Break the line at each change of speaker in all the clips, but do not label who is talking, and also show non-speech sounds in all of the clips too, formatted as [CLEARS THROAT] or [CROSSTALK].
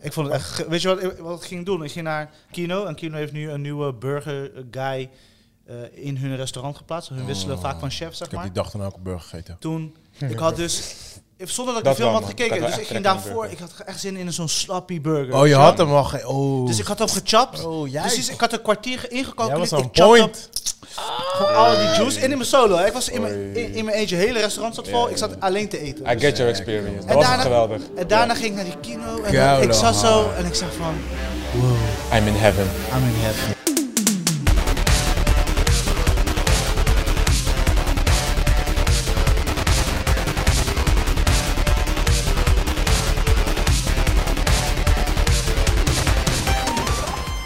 Ik vond het echt... ge- Weet je wat, ik- wat ik ging doen? Ik ging naar Kino. En Kino heeft nu een nieuwe burger guy eh, in hun restaurant geplaatst. Hun wisselen
Oh.
vaak van chef, zeg
Ik heb
maar.
die dag daarna ook een burger gegeten.
Toen, ik had dus... ik- Zonder dat ik
Dat
de film
wel,
had
man. Ik had
gekeken.
wel
Dus ik
echt
ging
trek in een
daarvoor... Ik
burger.
had echt zin in zo'n sloppy burger.
Oh, je
Ja.
had hem al ge... Oh.
Dus ik had hem gechapt.
Oh, jij.
Dus ik had een kwartier ingekookt.
Jij
en
was
ik
on
chapte
point.
op- Gewoon al die juice. En in mijn solo. hè. Ik was in
Oei.
mijn, in, in mijn eentje. Het hele restaurant zat vol.
Ja.
Ik zat alleen te eten.
I get your experience. Dat was echt geweldig.
en daarna ging ik naar die kino. En
Koude
ik zat zo
haren.
en ik zag van...
I'm in heaven.
I'm in heaven.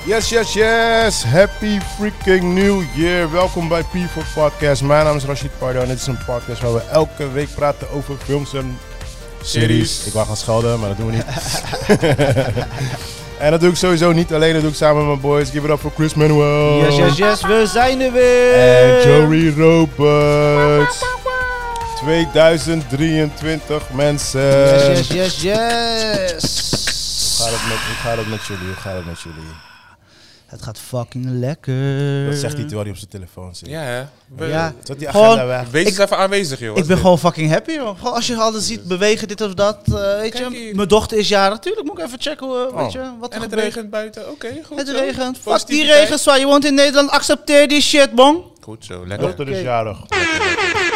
Yes, yes, yes. Happy freaking New Year. Welkom bij P4 Podcast. Mijn naam is Rashid Pardo en dit is een podcast waar we elke week praten over films en series. Ik wou gaan schelden, maar dat doen we niet. [LAUGHS] en dat doe ik sowieso niet alleen. Dat doe ik samen met mijn boys. Give it up for Chris Manuel.
Yes, yes, yes. We zijn er weer.
En Joey Roberts. 2023 mensen.
Yes, yes, yes, yes.
Hoe gaat het met, hoe gaat het met jullie? Hoe gaat het met jullie?
Het gaat fucking lekker.
Dat zegt hij terwijl hij op zijn telefoon zit.
Ja, hè? We-
Ja.
Zet die
Eh. Gewoon-
agenda weg.
Wees eens even aanwezig, joh.
Ik ben gewoon fucking happy, man. Gewoon als je alles ziet bewegen, dit of dat. eh, weet
Kijk
je,
hier.
mijn dochter is jarig. Tuurlijk moet ik even checken hoe, eh, weet
Oh.
je, wat er
En het
gebeurt.
regent buiten. Oké, goed
Het
zo.
regent. Fuck die
Positiviteit.
regen, zwaar. Je woont in Nederland. Accepteer die shit, bong.
Goed zo, lekker.
Dochter is jarig.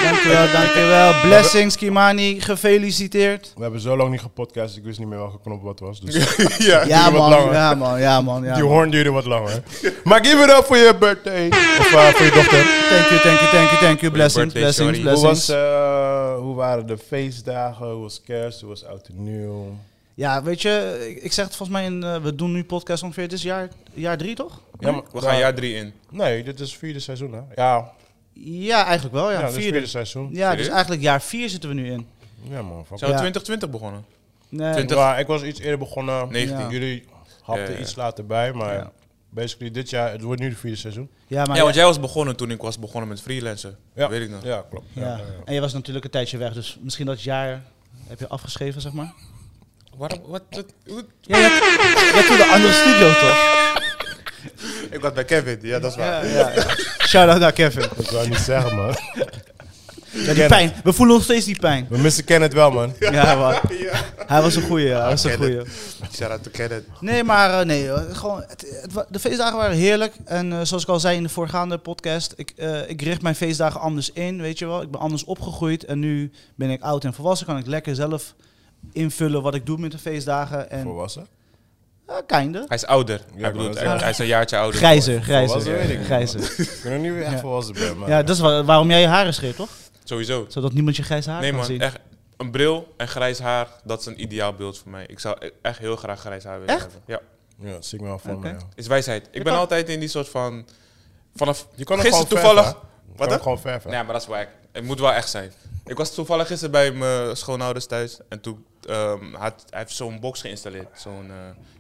Dankjewel, dankjewel. Blessings, Kimani. Gefeliciteerd.
We hebben zo lang niet gepodcast, ik wist niet meer welke knop wat was. Dus
[LAUGHS] Ja.
Ja
wat
man,
langer.
ja man, ja man, ja
die
man.
hoorn duurde wat langer. maar give it up voor je birthday. Of eh, voor je dochter.
Thank you, thank you, thank you, thank you. Blessings,
birthday,
blessings,
shawty.
Hoe, was,
blessings.
eh, hoe waren de feestdagen? Hoe was kerst? Hoe was oud en nieuw?
Ja, weet je, ik- ik zeg het volgens mij, in, eh, we doen nu podcast ongeveer, dit is jaar, jaar drie toch?
Ja, maar-
We gaan jaar drie in.
Nee, dit is vierde seizoen hè? Ja,
Ja, eigenlijk wel,
ja,
ja.
dit is vierde
vier,
seizoen.
ja, dus
Serieus?
eigenlijk jaar vier zitten we nu in.
Ja man, fuck.
Zijn we
Ja.
2020 begonnen?
Nee,
Twintig.
Ja, ik was iets eerder begonnen.
19.
Ja.
Jullie hapten
Ja, ja.
iets later bij, maar
Ja.
basically dit jaar, het wordt nu de vierde seizoen.
ja, maar
Ja, want jij was begonnen toen ik was begonnen met freelancen.
Ja,
Weet ik nog.
Ja, klopt. Ja,
Ja.
ja, ja.
En je was natuurlijk een tijdje weg, dus misschien dat jaar heb je afgeschreven, zeg maar.
Waarom? Wat? wat- hoe-
Ja, je hebt toen de andere studio, toch?
Ik was bij Kevin. Ja, dat is
Ja, ja, Shout-out naar Kevin.
Ik wou niet zeggen man.
Ja, die pijn. We voelen nog steeds die pijn.
We missen Kenneth wel man.
Ja,
[LAUGHS]
man. Hij was een goeie, ja. Hij was een
ken
goeie.
Shout-out to Kenneth.
Nee, maar eh, nee, hoor. gewoon, het, het wa- de feestdagen waren heerlijk. En eh, zoals ik al zei in de voorgaande podcast, ik, eh, ik richt mijn feestdagen anders in, weet je wel. Ik ben anders opgegroeid en nu ben ik oud en volwassen. Kan ik lekker zelf invullen wat ik doe met de feestdagen. En
Volwassen?
eh kinder.
Hij is ouder.
maar
hij, bedoelt,
dat is
hij,
wel-
hij is een jaartje ouder.
Grijzer, grijzer.
Volwassen weet ik niet,
grijzer.
Ik ben nog niet weer echt volwassen ben, man.
Ja, dat is wa- waarom jij je haren schreef, toch?
Sowieso.
Zodat niemand je grijs haar
Nee
kan
man,
zien.
echt. Een bril en grijs haar, dat is een ideaal beeld voor mij. Ik zou e- echt heel graag grijs haar willen
Echt?
hebben. Ja,
Ja, dat zie ik me wel voor
Oké.
me, ja.
is wijsheid. Ik ben
kan-
altijd in die soort van... Vanaf
Je kan hem gewoon verven,
gisteren toevallig...
hè? Je kan
Wat
hem
dan?
gewoon verven.
Nee, maar dat is wack. Het moet wel echt zijn. Ik was toevallig gisteren bij mijn schoonouders thuis. En toen ehm, had hij heeft zo'n box geïnstalleerd. Zo'n eh,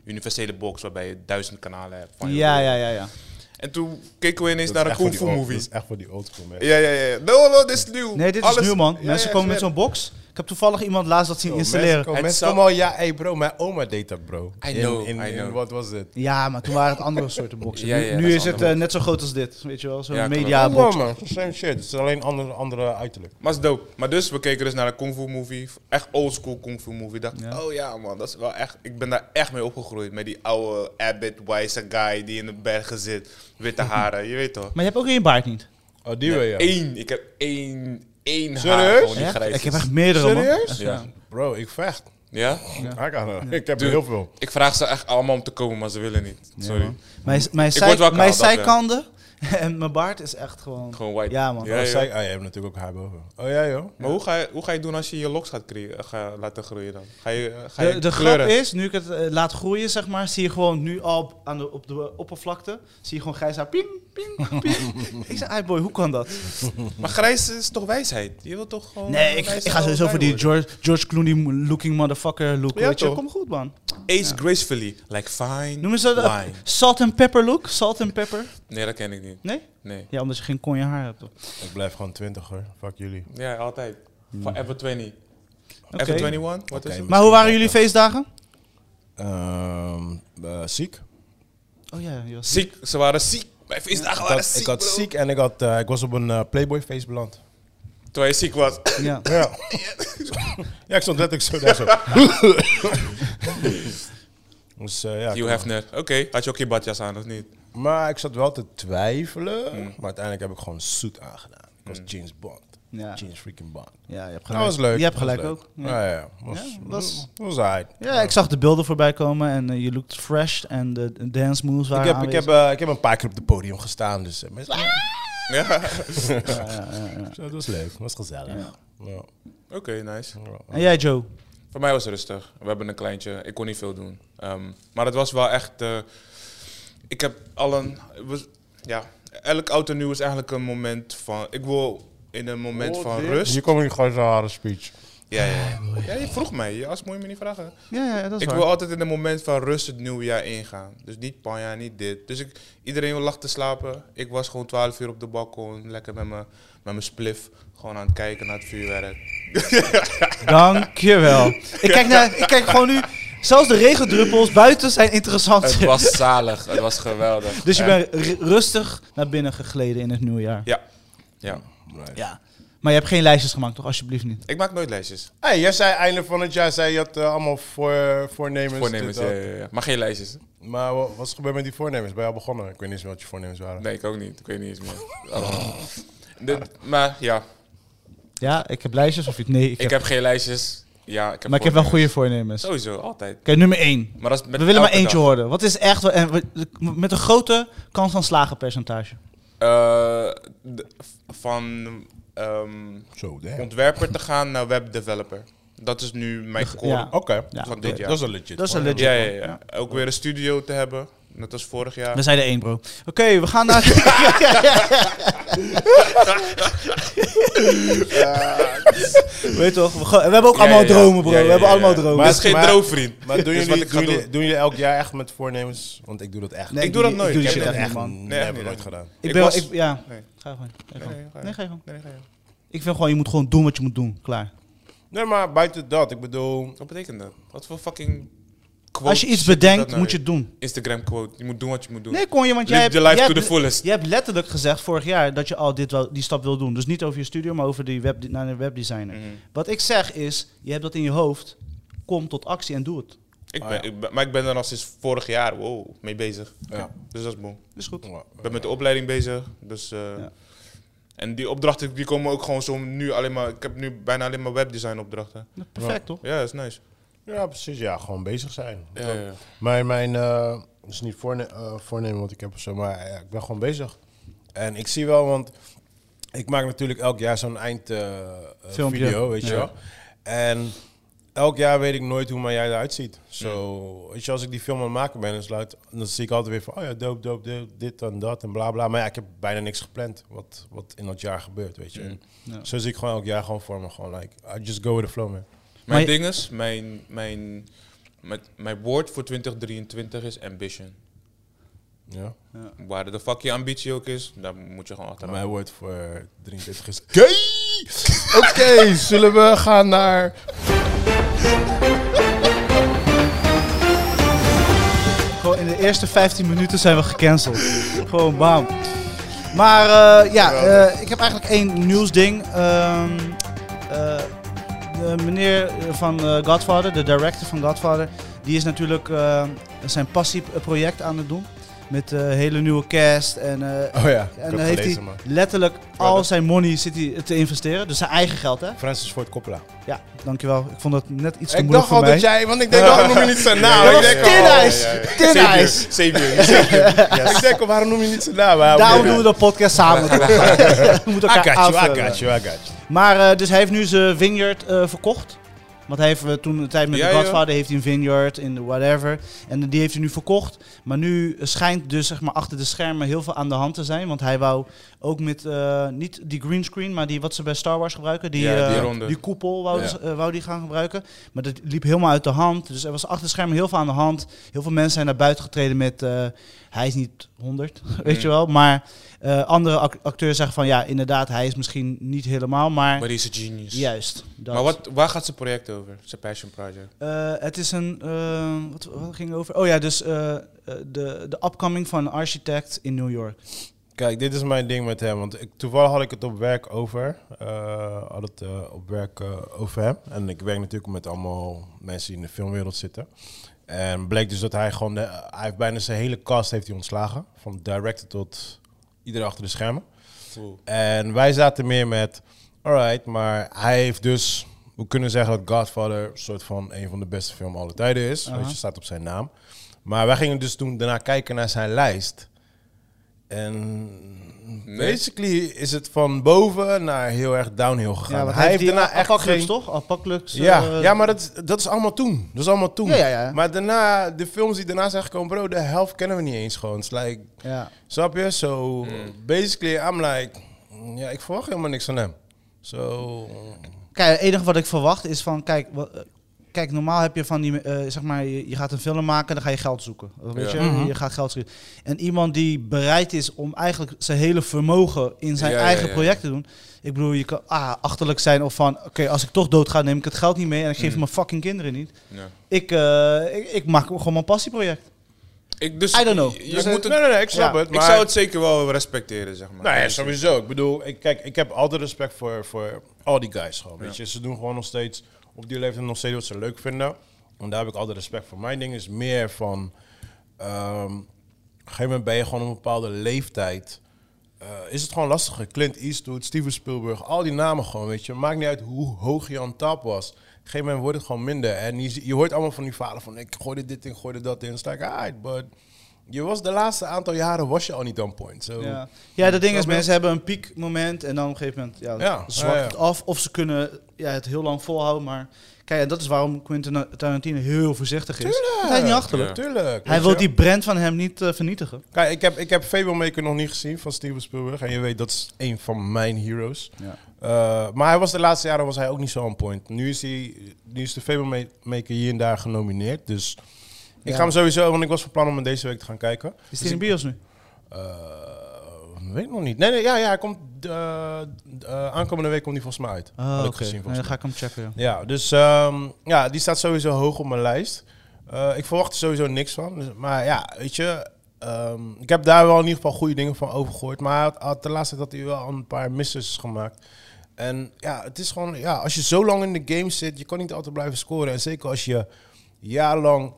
universele box waarbij je duizend kanalen hebt. Van je
Ja,
bril.
ja, ja, ja.
En toen keken we ineens
Dat is
naar een
echt voor
kung
die
fu
old-
movie.
Dat is echt voor die old school, man.
Ja, ja, ja. No, no, dit is nieuw.
Nee, dit
Alles-
is nieuw, man.
Ja,
Mensen
ja,
komen met
ik
zo'n box. Ik heb toevallig iemand laatst dat zien
Yo,
installeren.
Mensen, komen-
Het
mensen
zou-
komen al, ja, hey bro, mijn oma deed dat, bro.
I know,
in, in,
I
in
know.
wat was het?
Ja, maar toen waren het andere soorten boxen.
Ja, ja,
nu
dat
nu
is
is het
andere
eh, net zo groot als dit, weet je wel, zo'n
Ja, klopt.
media
Oh,
box.
man, het is same shit. Het is alleen andere, andere uiterlijk.
Maar is dope. Maar dus, we keken dus naar een kung fu movie. Echt old school kung fu movie. Dacht,
Ja.
oh ja man, dat is wel echt... Ik ben daar echt mee opgegroeid. Met die oude Abbott wijze guy die in de bergen zit.
[LAUGHS]
Witte haren, je weet toch.
Maar je hebt ook je baard niet.
Oh, die wil je.
Eén. Ik heb één, één haar
Serieus?
gewoon die
Echt?
grijs
Ik heb
is.
echt meerdere, man.
Serieus?
Ja.
Bro, ik vecht.
Ja?
I got her. Ik heb er
Dude.
heel veel.
Ik vraag ze echt allemaal om te komen, maar ze willen niet. Sorry.
Mijn, mijn,
word wel
zij,
kaal,
mijn
dat, ja.
zijkanten [LAUGHS] en mijn baard is echt gewoon...
Gewoon white.
Ja, man.
Ja,
oh,
joh.
zij, ah, je hebt natuurlijk ook haar boven. Oh ja, joh.
Maar hoe ga, je, hoe ga je doen als je je loks gaat cre- ga laten groeien dan? Ga je, eh, ga je
De, de grap
kleuren?
is, nu ik het eh, laat groeien, zeg maar, zie je gewoon nu al op, aan de, op de oppervlakte, zie je gewoon grijs haar, ping, ping,
[LAUGHS]
ping. ik zei, "Ai, boy, hoe kan dat?
Maar grijs is toch wijsheid? Je wilt toch gewoon...
Nee, ik,
wijs
ik ga sowieso
oude
voor die
guy worden?
George, George Clooney-looking motherfucker look,
Ja,
weet je,
toch?
kom goed, man.
Age gracefully. Like fine
Noemen ze dat
wine.
salt and pepper look? Salt and pepper?
Nee, dat ken ik niet.
Nee?
Nee.
Ja, omdat je geen konje haar hebt. toch?
Ik blijf gewoon twintig, hoor. Fuck jullie.
Ja, altijd. Forever 20.
Oké.
Ever 21? Wat
Hmm. Oké.
is het?
Maar hoe waren jullie feestdagen?
Eh, ziek.
Oh ja, je was
Ziek, ze waren ziek. Mijn feestdagen
Ik
waren
had,
ziek,
ik had
bro.
ziek en ik, had, eh, ik was op een eh, Playboy-feest beland.
Terwijl je ziek was.
Ja.
[LAUGHS] Ja. ja, ik stond letterlijk zo daar zo. [LAUGHS] dus eh, ja.
Hugh Hefner. Oké, had je ook je badjas aan of niet? [LAUGHS]
Maar ik zat wel te twijfelen. Maar uiteindelijk heb ik gewoon zoet aangedaan. Ik was James Bond.
Ja.
James freaking Bond.
ja, je hebt
Dat
gelijk.
was leuk.
Je hebt
dat was
gelijk
leuk.
ook. Ja.
Ja, ja. Was,
Ja, was-
was, was aight.
Ja, ik zag de beelden voorbij komen en eh, je looked fresh en de de dance moves
Ik
waren
heb, ik,
aanwezig.
heb, eh, ik heb een paar keer op het podium gestaan, dus eh, mensen-
Ja.
Ja, ja, ja, ja.
Zo, dat was leuk, dat was gezellig. Ja. Ja.
Oké, nice.
eh,
En jij, Joe?
Voor mij was het rustig. We hebben een kleintje. Ik kon niet veel doen. Ehm, maar het was wel echt... eh, ik heb al een... het was- ja, elk oud en nieuw is eigenlijk een moment van... Ik wil in een
Oh,
moment van rust...
Hier kom ik gewoon zo'n harde speech.
Ja, ja. ja, je vroeg mij. Je als moet je me niet vragen.
Ja, ja dat is
Ik
waar.
wil altijd in een moment van rust het nieuwe jaar ingaan. Dus niet panja, niet dit. Dus ik, iedereen lag te slapen. Ik was gewoon 12 uur op de balkon. Lekker met mijn met mijn spliff. Gewoon aan het kijken naar het vuurwerk.
[LAUGHS] Dankjewel. ik, kijk naar, ik kijk gewoon nu... Zelfs de regendruppels buiten zijn interessant.
Het was zalig. Het was geweldig.
[LAUGHS] Dus je
En-
bent ru- rustig naar binnen gegleden in het nieuwe jaar.
Ja. ja.
Ja. Maar je hebt geen lijstjes gemaakt, toch? Alsjeblieft niet.
Ik maak nooit lijstjes.
Dus
Hey, jij zei einde van het jaar, zei je had eh, allemaal voor, voornemens.
Voornemens,
dit,
ja,
dat.
ja, ja. Maar geen lijstjes.
Maar wa- wat is er gebeurd met die voornemens? Ben je al begonnen? Ik weet niet eens meer wat je voornemens waren.
Nee, ik ook niet. Ik weet niet eens meer.
[LAUGHS]
Oh. Dit- maar ja,
Ja, ik heb lijstjes of ik... Nee, ik,
ik
heb,
heb geen lijstjes. Ja, ik heb
maar ik heb wel
voornemens.
goede voornemens.
Oh.
Oké,
Sowieso, altijd.
nummer 1.
Maar dat is met
We willen maar
elke
eentje
dag.
horen. Wat is echt... wel- En, wat- met een grote kans van slagenpercentage.
Eh, de- van ehm,
Zo, damn. Oké,
ontwerper te gaan naar webdeveloper. Dat is nu mijn
De-
core
ja. Ja.
van dit
dat
jaar.
dat is een legit.
Dat is een
voornemen.
legit.
ja, ja, ja. Ook weer een studio te hebben, net als vorig jaar.
We zijn er één, bro. Oké, we gaan
[LAUGHS]
naar... [LAUGHS] Weet toch? We, gaan- we hebben ook
Ja,
allemaal
ja, ja.
dromen, bro.
Ja, ja,
we hebben
ja,
allemaal
ja.
dromen.
Maar-
Dit is geen
maar-
droogvriend.
Maar doen
Dit is wat
jullie,
ik ga
doen,
doen.
jullie, doen jullie elk jaar echt met voornemens? Want ik doe dat echt.
Nee,
ik doe dat nooit.
Ik
ik
doe
heb
die
dat
shit echt
echt
niet, man.
Nee, echt
nee,
niet.
nooit gedaan.
Ik
Ik
ben,
was-
ik, ja.
Nee.
Ga gewoon. Ga
Nee,
gewoon.
ga je.
Nee, ga gewoon.
Nee, ga je.
Ik vind gewoon, je moet gewoon doen wat je moet doen. Klaar.
Nee, maar buiten dat, ik bedoel...
Wat betekent dat? Wat voor fucking quote
Als je iets
shit is dat
bedenkt,
nou
moet je
weer?
het doen.
Instagram quote. Je moet doen wat je moet doen.
Nee, kon je, want jij
Live
hebt,
the life
jij
to
hebt-
the fullest.
Je hebt letterlijk gezegd vorig jaar dat je al dit wel, die stap wil doen. Dus niet over je studio, maar over die web, naar een webdesigner.
Mhm.
Wat ik zeg is, je hebt dat in je hoofd. Kom tot actie en doe het.
Ik
Ah,
ben,
ja.
ik ben- maar ik ben er al sinds vorig jaar wow, mee bezig.
Ja.
Dus dat is mooi.
Is goed.
Ik ben met de opleiding bezig. Dus, eh,
Ja.
En die opdrachten die komen ook gewoon zo nu alleen maar... Ik heb nu bijna alleen maar webdesign opdrachten.
Perfect, toch?
Ja, dat is nice.
Ja, precies. Ja, gewoon bezig zijn.
Ja, ja, ja.
Mijn, mijn eh, is niet voorne eh, voornemen wat ik heb of zo, maar ja, ik ben gewoon bezig. En ik zie wel, want ik maak natuurlijk elk jaar zo'n eindvideo,
Filmpje.
video weet je
Ja.
wel. En elk jaar weet ik nooit hoe mijn jij eruit ziet. Zo, weet je, als ik die film aan het maken ben, dan, sluit, dan zie ik altijd weer van, oh ja, doop, doop, dit en dat en bla bla. Maar ja, ik heb bijna niks gepland wat, wat in dat jaar gebeurt, weet je. En
Ja.
Zo zie ik gewoon elk jaar gewoon voor me, gewoon like, I just go with the flow, man.
Maar
Mijn
je-
ding is, mijn, mijn, mijn, mijn woord voor 2023 is ambition.
Ja.
Waar de fuck je ambitie ook is, daar moet je gewoon achter.
Mijn woord voor 23 is gay. Oké, zullen we gaan naar...
Gewoon in de eerste 15 minuten zijn we gecanceld. Gewoon bam. Maar eh, ja, eh, ik heb eigenlijk één nieuwsding. Ehm, eh, de meneer van eh, Godfather, de director van Godfather, die is natuurlijk eh, zijn passieproject aan het doen. Met eh hele nieuwe cast en... eh,
Oh ja, ik
en
heb
dan heeft
gelezen,
hij
maar.
letterlijk al
dat-
zijn money zit hij te investeren. Dus zijn eigen geld, hè?
Francis Ford Coppola.
Ja, dankjewel. Ik vond dat net iets te
ik
moeilijk
dacht
voor
al
mij.
dat jij... Want ik [LAUGHS] denk, waarom noem je niet zijn naam?
Dat
ik
was
denk,
Tin
oh,
Eyes.
ja, ja.
Tin Eyes.
Savior,
[LAUGHS]
savior.
Ik denk, oh, waarom noem je niet zijn naam? Maar
Daarom
oké.
doen we de podcast
[LAUGHS]
samen. [LAUGHS] we moeten
I
elkaar
got you, I
aanvullen.
got you, I got you.
Maar eh, dus hij heeft nu zijn vineyard eh, verkocht. Want hij heeft eh, toen een tijd met
Ja,
de
ja.
Godfather heeft hij een vineyard in de whatever. En die heeft hij nu verkocht. Maar nu schijnt dus zeg maar, achter de schermen heel veel aan de hand te zijn. Want hij wou ook met, eh, niet die greenscreen, maar die wat ze bij Star Wars gebruiken. Die,
Ja, die
eh,
ronde.
die koepel wou,
Ja.
ze- eh, wou die gaan gebruiken. Maar dat liep helemaal uit de hand. Dus er was achter de schermen heel veel aan de hand. Heel veel mensen zijn naar buiten getreden met... eh, hij is niet 100, [LAUGHS] weet
Mm.
je wel. Maar eh, andere ac- acteurs zeggen van... Ja, inderdaad, hij is misschien niet helemaal, maar...
Maar die is een genius.
Juist. Dat.
Maar wat, waar gaat zijn project over? Zijn passion project.
Eh, het is een. eh, wat, wat ging het over? Oh ja, dus eh, eh, de, de upcoming van een architect in New York.
Kijk, dit is mijn ding met hem. Want ik, toevallig had ik het op werk over. eh, had het eh, op werk eh, over hem. En ik werk natuurlijk met allemaal mensen die in de filmwereld zitten. En bleek dus dat hij gewoon... De, hij heeft bijna zijn hele cast heeft hij ontslagen. Van director tot iedereen achter de schermen.
Cool.
En wij zaten meer met, alright, maar hij heeft dus, we kunnen zeggen dat Godfather een soort van een van de beste films aller tijden is.
Aha.
Weet je, staat op zijn naam. Maar wij gingen dus toen daarna kijken naar zijn lijst. En
Nee.
basically is het van boven naar heel erg downhill gegaan.
want
hij heeft
die
daarna echt
Alpaclubs,
geen...
toch? Alpaclubs.
Ja,
eh,
ja, maar dat, dat is allemaal toen. Dat is allemaal toen.
Ja, ja, ja.
Maar daarna, de films die daarna zijn gekomen, bro, de helft kennen we niet eens gewoon. Het is like,
ja.
Snap je? So,
Hmm.
basically, I'm like, mm, ja, ik verwacht helemaal niks van hem. So,
Kijk, het enige wat ik verwacht is van, kijk, wa- eh, kijk normaal heb je van die, eh, zeg maar, je, je gaat een film maken, dan ga je geld zoeken. Weet
Ja.
je,
Mhm.
je gaat geld zoeken. En iemand die bereid is om eigenlijk zijn hele vermogen in zijn
Ja, ja,
eigen
ja.
project te doen. Ik bedoel, je kan ah, achterlijk zijn of van, oké, als ik toch dood ga, neem ik het geld niet mee en ik geef
Mm.
mijn fucking kinderen niet.
Ja.
Ik, eh, ik, ik maak gewoon mijn passieproject.
Ik, dus,
I don't know. eh,
Je,
dus
moet het,
nee, nee, nee, ik snap
Ja,
het.
ik
Maar,
zou het zeker wel respecteren, zeg maar.
Nou ja, sowieso. Ik bedoel, ik, kijk, ik heb altijd respect voor, voor al die guys gewoon. Weet
Ja.
je, ze doen gewoon nog steeds, op die leeftijd nog steeds wat ze leuk vinden. En daar heb ik altijd respect voor. Mijn ding is meer van, ehm, op een gegeven moment ben je gewoon op een bepaalde leeftijd. eh, is het gewoon lastiger. Clint Eastwood, Steven Spielberg, al die namen gewoon, weet je. Maakt niet uit hoe hoog je aan tap was. Op een gegeven moment wordt het gewoon minder. En je, zie- je hoort allemaal van die verhalen van... ik gooide dit in, gooide dat in. Sta ik, alright, but... Je was de laatste aantal jaren was je al niet on point. So.
Ja, ja dat ding is,
Snap je?
mensen hebben een piekmoment en dan op een gegeven moment ja,
Ja,
zwakt
ja, ja.
het af. Of ze kunnen ja, het heel lang volhouden, maar kijk, en dat is waarom Quentin Tarantino heel voorzichtig is. Want Hij is niet achterlijk.
Ja.
Tuurlijk.
Hij
weet
wil
je.
die brand van hem niet eh, vernietigen.
Kijk, ik heb, ik heb Fablemaker nog niet gezien van Steven Spielberg. En je weet, dat is een van mijn heroes.
Ja.
Eh, maar hij was de laatste jaren was hij ook niet zo on point. Nu is, hij, nu is de Fablemaker hier en daar genomineerd. Dus ik
Ja.
ga hem sowieso... Want ik was van plan om hem deze week te gaan kijken.
Is hij in bios nu?
Eh, weet ik nog niet. Nee, nee, ja, ja, hij komt... eh, eh, aankomende week komt hij volgens mij uit.
Oh,
Had ik
oké.
gezien
Nee,
volgens
dan
mij.
ga ik hem checken. ja.
Ja, dus ehm, ja, die staat sowieso hoog op mijn lijst. Eh, ik verwacht er sowieso niks van. Dus- maar ja, weet je, ehm, ik heb daar wel in ieder geval goede dingen van over gehoord. Maar hij had, had de laatste tijd had hij wel een paar misses gemaakt. En ja, het is gewoon, ja, als je zo lang in de game zit, je kan niet altijd blijven scoren. En zeker als je jarenlang.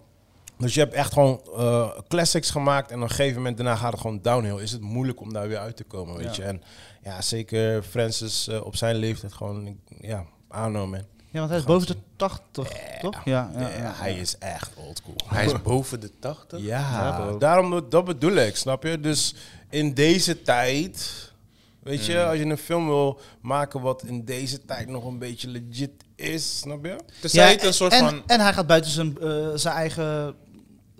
Dus je hebt echt gewoon eh, classics gemaakt en op een gegeven moment daarna gaat het gewoon downhill. Is het moeilijk om daar weer uit te komen, weet
Ja.
je. En ja, zeker Francis eh, op zijn leeftijd gewoon, ik- ja, aannemen. man.
Ja, want hij is boven de 80, toch? Ja, ja,
Ja,
ja, ja.
hij is echt oldschool.
Hij is boven de 80.
Ja,
[LAUGHS] Ja,
bro.
daarom dat- dat bedoel ik, snap je? Dus in deze tijd, weet je, als je een film wil maken wat in deze tijd nog een beetje legit is, snap je?
Tenzij
Ja,
het een soort
en,
van...
en hij gaat buiten zijn, eh, zijn eigen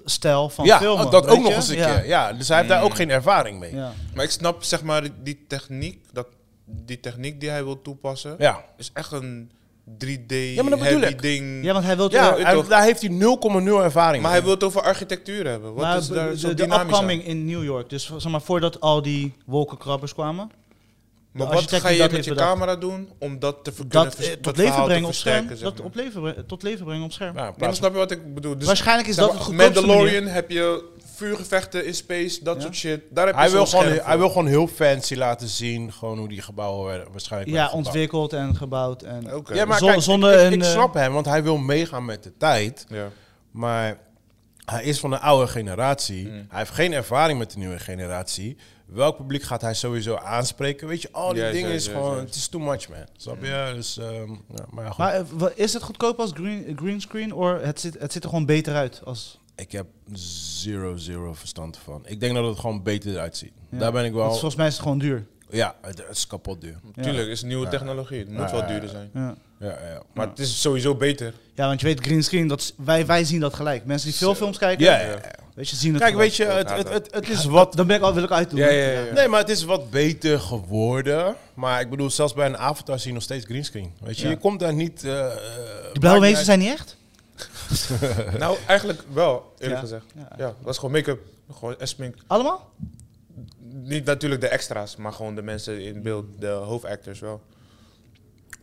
stijl van
ja,
filmen.
dat
weet
ook nog
je?
eens een
Ja.
keer. Ja, dus hij heeft daar ook geen ervaring mee. Ja,
Ja.
Maar ik snap zeg maar die- die techniek, dat, die techniek die hij wil toepassen,
ja.
is echt een 3D
Ja, maar dat bedoel
heavy
ik.
ding.
ja, want hij wil
Ja,
hij-
toch?
daar heeft hij 0,0 ervaring
maar hij
mee.
wil het over architectuur hebben. Wat
maar
is
de-
daar
de,
zo
de
dynamisch aan?
upcoming in New York, dus zeg maar voordat al die wolkenkrabbers kwamen,
Maar
de
wat
architect
ga
die
je
dat
met
heeft
je
bedacht.
camera doen om dat te ver- kunnen
dat,
vers-
eh,
dat
tot, leven
verhaal te
brengen op scherm,
versterken? zeg
dat
maar.
op leven, bre- tot leven brengen op scherm.
Ja, in
Ja, maar
plaats van-
snap je wat ik bedoel? Dus
Waarschijnlijk is
zeg
dat
maar,
het goedkoopste manier.
Mandalorian heb je vuurgevechten in space, dat
Ja.
soort shit. Daar heb je
hij,
zo'n
wil gewoon,
scherm
hij
voor.
wil gewoon heel fancy laten zien, gewoon hoe die gebouwen werden- waarschijnlijk
Ja,
werden verbouwd.
ontwikkeld en gebouwd. En,
Oké.
Ja, maar
Zon-
kijk,
zonder
ik- ik-
een,
ik
eh,
snap hem, want hij wil meegaan met de tijd.
Ja.
Maar hij is van de oude generatie.
Mm.
Hij heeft geen ervaring met de nieuwe generatie. Welk publiek gaat hij sowieso aanspreken? Weet je, al die
Juist,
dingen
juist,
is
juist,
gewoon... Het
juist. Mm.
is too much, man. Snap je? Dus, ehm, ja, maar ja, goed.
Maar eh, wa- is het goedkoop als green, green screen? Of het ziet, het ziet er gewoon beter uit? Als,
Ik heb zero, zero verstand van. Ik denk dat het gewoon beter eruit ziet.
ja.
Daar ben ik
Want
wel...
volgens mij is het gewoon duur.
Ja, het het is kapot duur.
Ja.
Tuurlijk, is nieuwe technologie. Het moet
Ja,
wel
ja,
duurder
ja.
zijn.
Ja.
Ja, ja, ja.
Maar het is sowieso beter.
ja, want je weet, green screen, dat is- wij, wij zien dat gelijk. Mensen die veel films kijken,
Ja, ja, ja.
weet je, zien het
Kijk,
gelijk.
weet je, het, het, het, het is
Wat?
wat...
Dan ben ik al, wil ik uitdoen.
Ja, ja, ja.
Nee, maar het is wat beter geworden. Maar ik bedoel, zelfs bij een avontuur zie je nog steeds greenscreen. Weet je,
Ja.
je komt daar niet... eh,
Die
maakt
blauwe wezen
niet uit.
zijn niet echt?
Nou, eigenlijk wel, eerlijk
Ja.
gezegd.
Ja.
Ja, dat is gewoon make-up. Gewoon en smink.
Allemaal?
Niet natuurlijk de extra's, maar gewoon de mensen in beeld, de hoofdactors wel.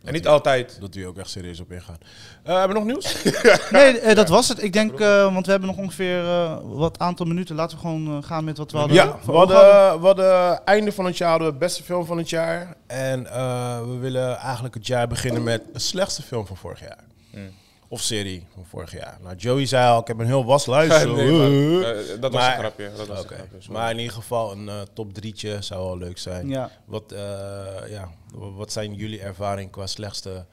En niet altijd.
Dat we hier ook echt serieus op ingaan. Eh hebben we nog nieuws?
Nee, eh, dat was het. Ik denk, eh, want we hebben nog ongeveer eh, wat aantal minuten. Laten we gewoon eh, gaan met wat we hadden.
Ja, we hadden, we hadden einde van het jaar hadden we beste film van het jaar. En eh, we willen eigenlijk het jaar beginnen met de slechtste film van vorig jaar.
Hmm.
Of serie van vorig jaar. Nou, Joey zei al, ik heb een heel was luister.
[LAUGHS] Nee,
[LAUGHS]
maar, eh, dat was
Maar-
een grapje. Dat was
Oké.
een grapje. sorry.
Maar in ieder geval een eh, top drietje zou wel leuk zijn.
Ja.
Wat, eh, ja, wat zijn jullie ervaring qua slechtste,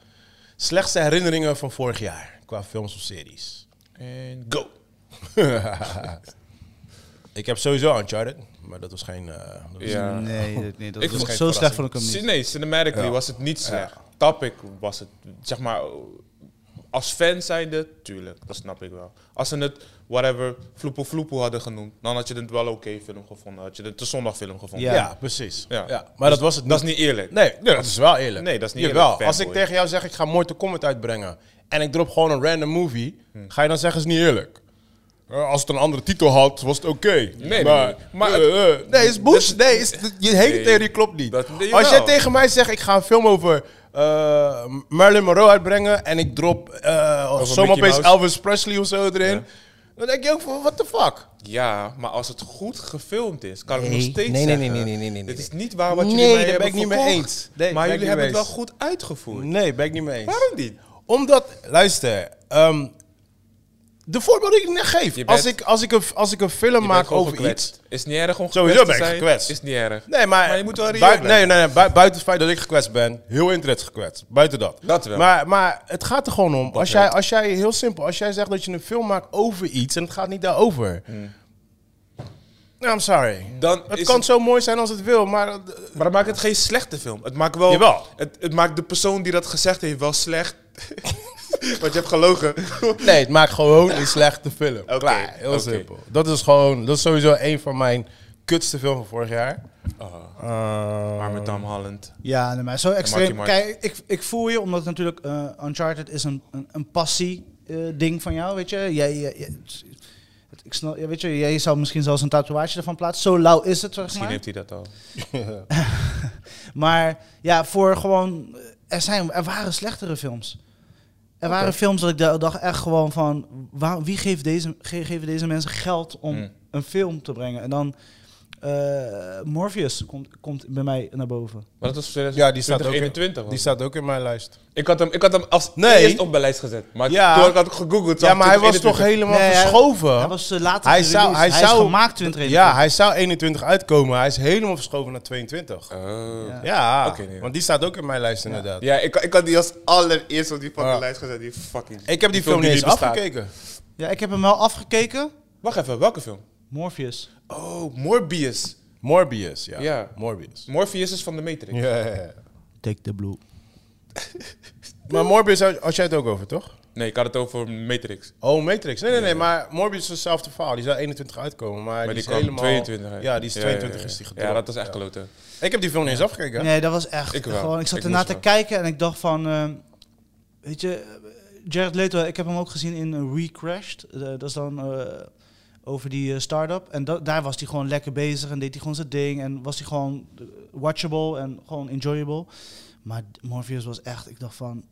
slechtste herinneringen van vorig jaar? Qua films of series?
En go.
ik heb sowieso Uncharted, maar dat was geen... eh, dat was
Ja.
Nee, dat- nee, dat
Ik
was
vond-
zo slecht vond ik hem
Cin-
niet.
Nee, cinematically
Ja.
was het niet slecht. Topic was het, zeg maar, als fan zijnde, tuurlijk, dat snap ik wel. Als ze het, whatever, floepoe floepoe hadden genoemd, dan had je het wel oké film gevonden. Had je het een zondagfilm gevonden.
Ja.
Ja, precies. Ja.
Ja.
Maar dat was het
Dat is niet eerlijk.
Nee, nee, dat is wel eerlijk.
Nee, dat is niet
Jawel,
eerlijk,
als ik
fanboy.
tegen jou zeg, ik ga Mortal Kombat uitbrengen... en ik drop gewoon een random movie...
Hmm.
ga je dan zeggen, is niet eerlijk? Eh, als het een andere titel had, was het oké.
nee, nee.
maar
Maar-
eh, eh, nee, is bullshit. Nee, is, je hele
Nee.
theorie klopt niet.
Dat- nee,
als jij
jawel.
tegen mij zegt, ik ga een film over eh Marilyn Monroe uitbrengen... en ik drop eh zomaar
Mickey
opeens
Mouse.
Elvis Presley of zo erin...
Ja.
dan denk je ook van, what the fuck?
Ja, maar als het goed gefilmd is, kan ik
Nee,
nog steeds
nee, nee,
zeggen...
nee, nee, nee, nee, nee.
Dit is niet waar wat jullie
Nee,
mij
daar ben
hebben
ik niet mee
verkocht.
eens. Nee, ben
maar
ik
jullie
niet
hebben het
mee
wel
eens.
goed uitgevoerd.
Nee, ben ik niet mee eens.
Waarom niet?
Omdat, luister, ehm, de voorbeeld die ik net geef.
Je bent-
als, ik, als, ik een, als ik een film
Je bent
maak
gewoon
over
gekwetst.
iets.
Is niet erg om
Sowieso
gekwetst te
ben ik
zijn.
gekwetst.
Is niet erg.
Nee, maar,
Maar je moet wel reëel
bui- Nee,
blijven.
nee, nee, bui- buiten het feit dat ik gekwetst ben, heel internet is gekwetst. Buiten dat.
Dat wel.
Maar, maar het gaat er gewoon om. Als
wel.
jij, als jij, heel simpel, als jij zegt dat je een film maakt over iets en het gaat niet daarover. Nou, I'm sorry.
Dan
het
Hmm. is
kan
het-
zo mooi zijn als het wil, maar eh,
Maar dat maakt het geen slechte film. Het maakt wel.
Jawel.
Het, het maakt de persoon die dat gezegd heeft wel slecht. [LAUGHS] Want je hebt gelogen.
Nee, het maakt gewoon een slechte film.
Oké,
Klaar, heel
oké.
simpel. Dat is gewoon, dat is sowieso een van mijn kutste films van vorig jaar. Eh,
Maar met Tom Holland.
Ja, nee, maar zo
Marky
extreem.
Mark.
Kijk, ik, ik voel je, omdat natuurlijk eh, Uncharted is een, een, een passie eh, ding van jou, weet je. Jij, jij- jij- het- ik snap, ja, weet je, jij zou misschien zelfs een tatoeage ervan plaatsen. Zo lauw is het, zeg
Misschien
maar.
heeft hij dat al.
Maar ja, voor gewoon. Er, zijn, er waren slechtere films. Er waren films dat ik da- dacht echt gewoon van. Waar, wie geeft deze, ge- geven deze mensen geld om
Mm.
een film te brengen? En dan. eh, Morpheus komt, komt bij mij naar boven.
Maar dat was
ja, die staat, ook in,
2021.
die staat ook in mijn lijst.
Ik, had hem, ik had hem als
Nee.
eerst op mijn lijst gezet. Maar
Ja.
toen had ik gegoogeld.
Ja, maar hij was toch helemaal
Nee, hij-
verschoven?
Hij was de laatste.
Hij zou, hij zou,
is gemaakt 20
Ja, hij zou 21 uitkomen. Hij is helemaal verschoven naar 22.
Oh. ja,
Ja,
Oké, nee.
want die staat ook in mijn lijst inderdaad.
ik, ik had die als allereerst op die fucking
Ja.
lijst gezet. Die fucking.
Ik heb die, film niet
die
eens
niet bestaat.
afgekeken.
ja, ik heb hem wel afgekeken.
Wacht even, welke film?
Morpheus.
Oh, Morbius.
Morbius, ja.
Ja.
Morbius.
Morpheus is van de Matrix.
Ja, ja, ja.
Take the blue.
Maar Morbius had had jij het ook over, toch?
Nee, ik had het over Matrix.
Oh, Matrix. Nee, nee, nee, maar Morbius is hetzelfde verhaal. Die zou 21 uitkomen, maar,
Maar
die,
die
is
kwam
helemaal...
22 uit.
Ja, die is
Ja,
22
ja, ja.
is die gedropt.
Ja, dat was echt kloten.
Ik heb die film niet eens afgekeken.
Nee, dat was echt.
Ik wel.
gewoon, ik zat
Ik
ernaar
moest
te kijken en ik dacht van. eh, weet je, eh, Jared Leto, ik heb hem ook gezien in eh, Recrashed. Eh, dat is dan eh, over die eh, start-up. En da- daar was hij gewoon lekker bezig en deed hij gewoon zijn ding. En was hij gewoon eh, watchable en gewoon enjoyable. Maar Morpheus was echt, ik dacht van.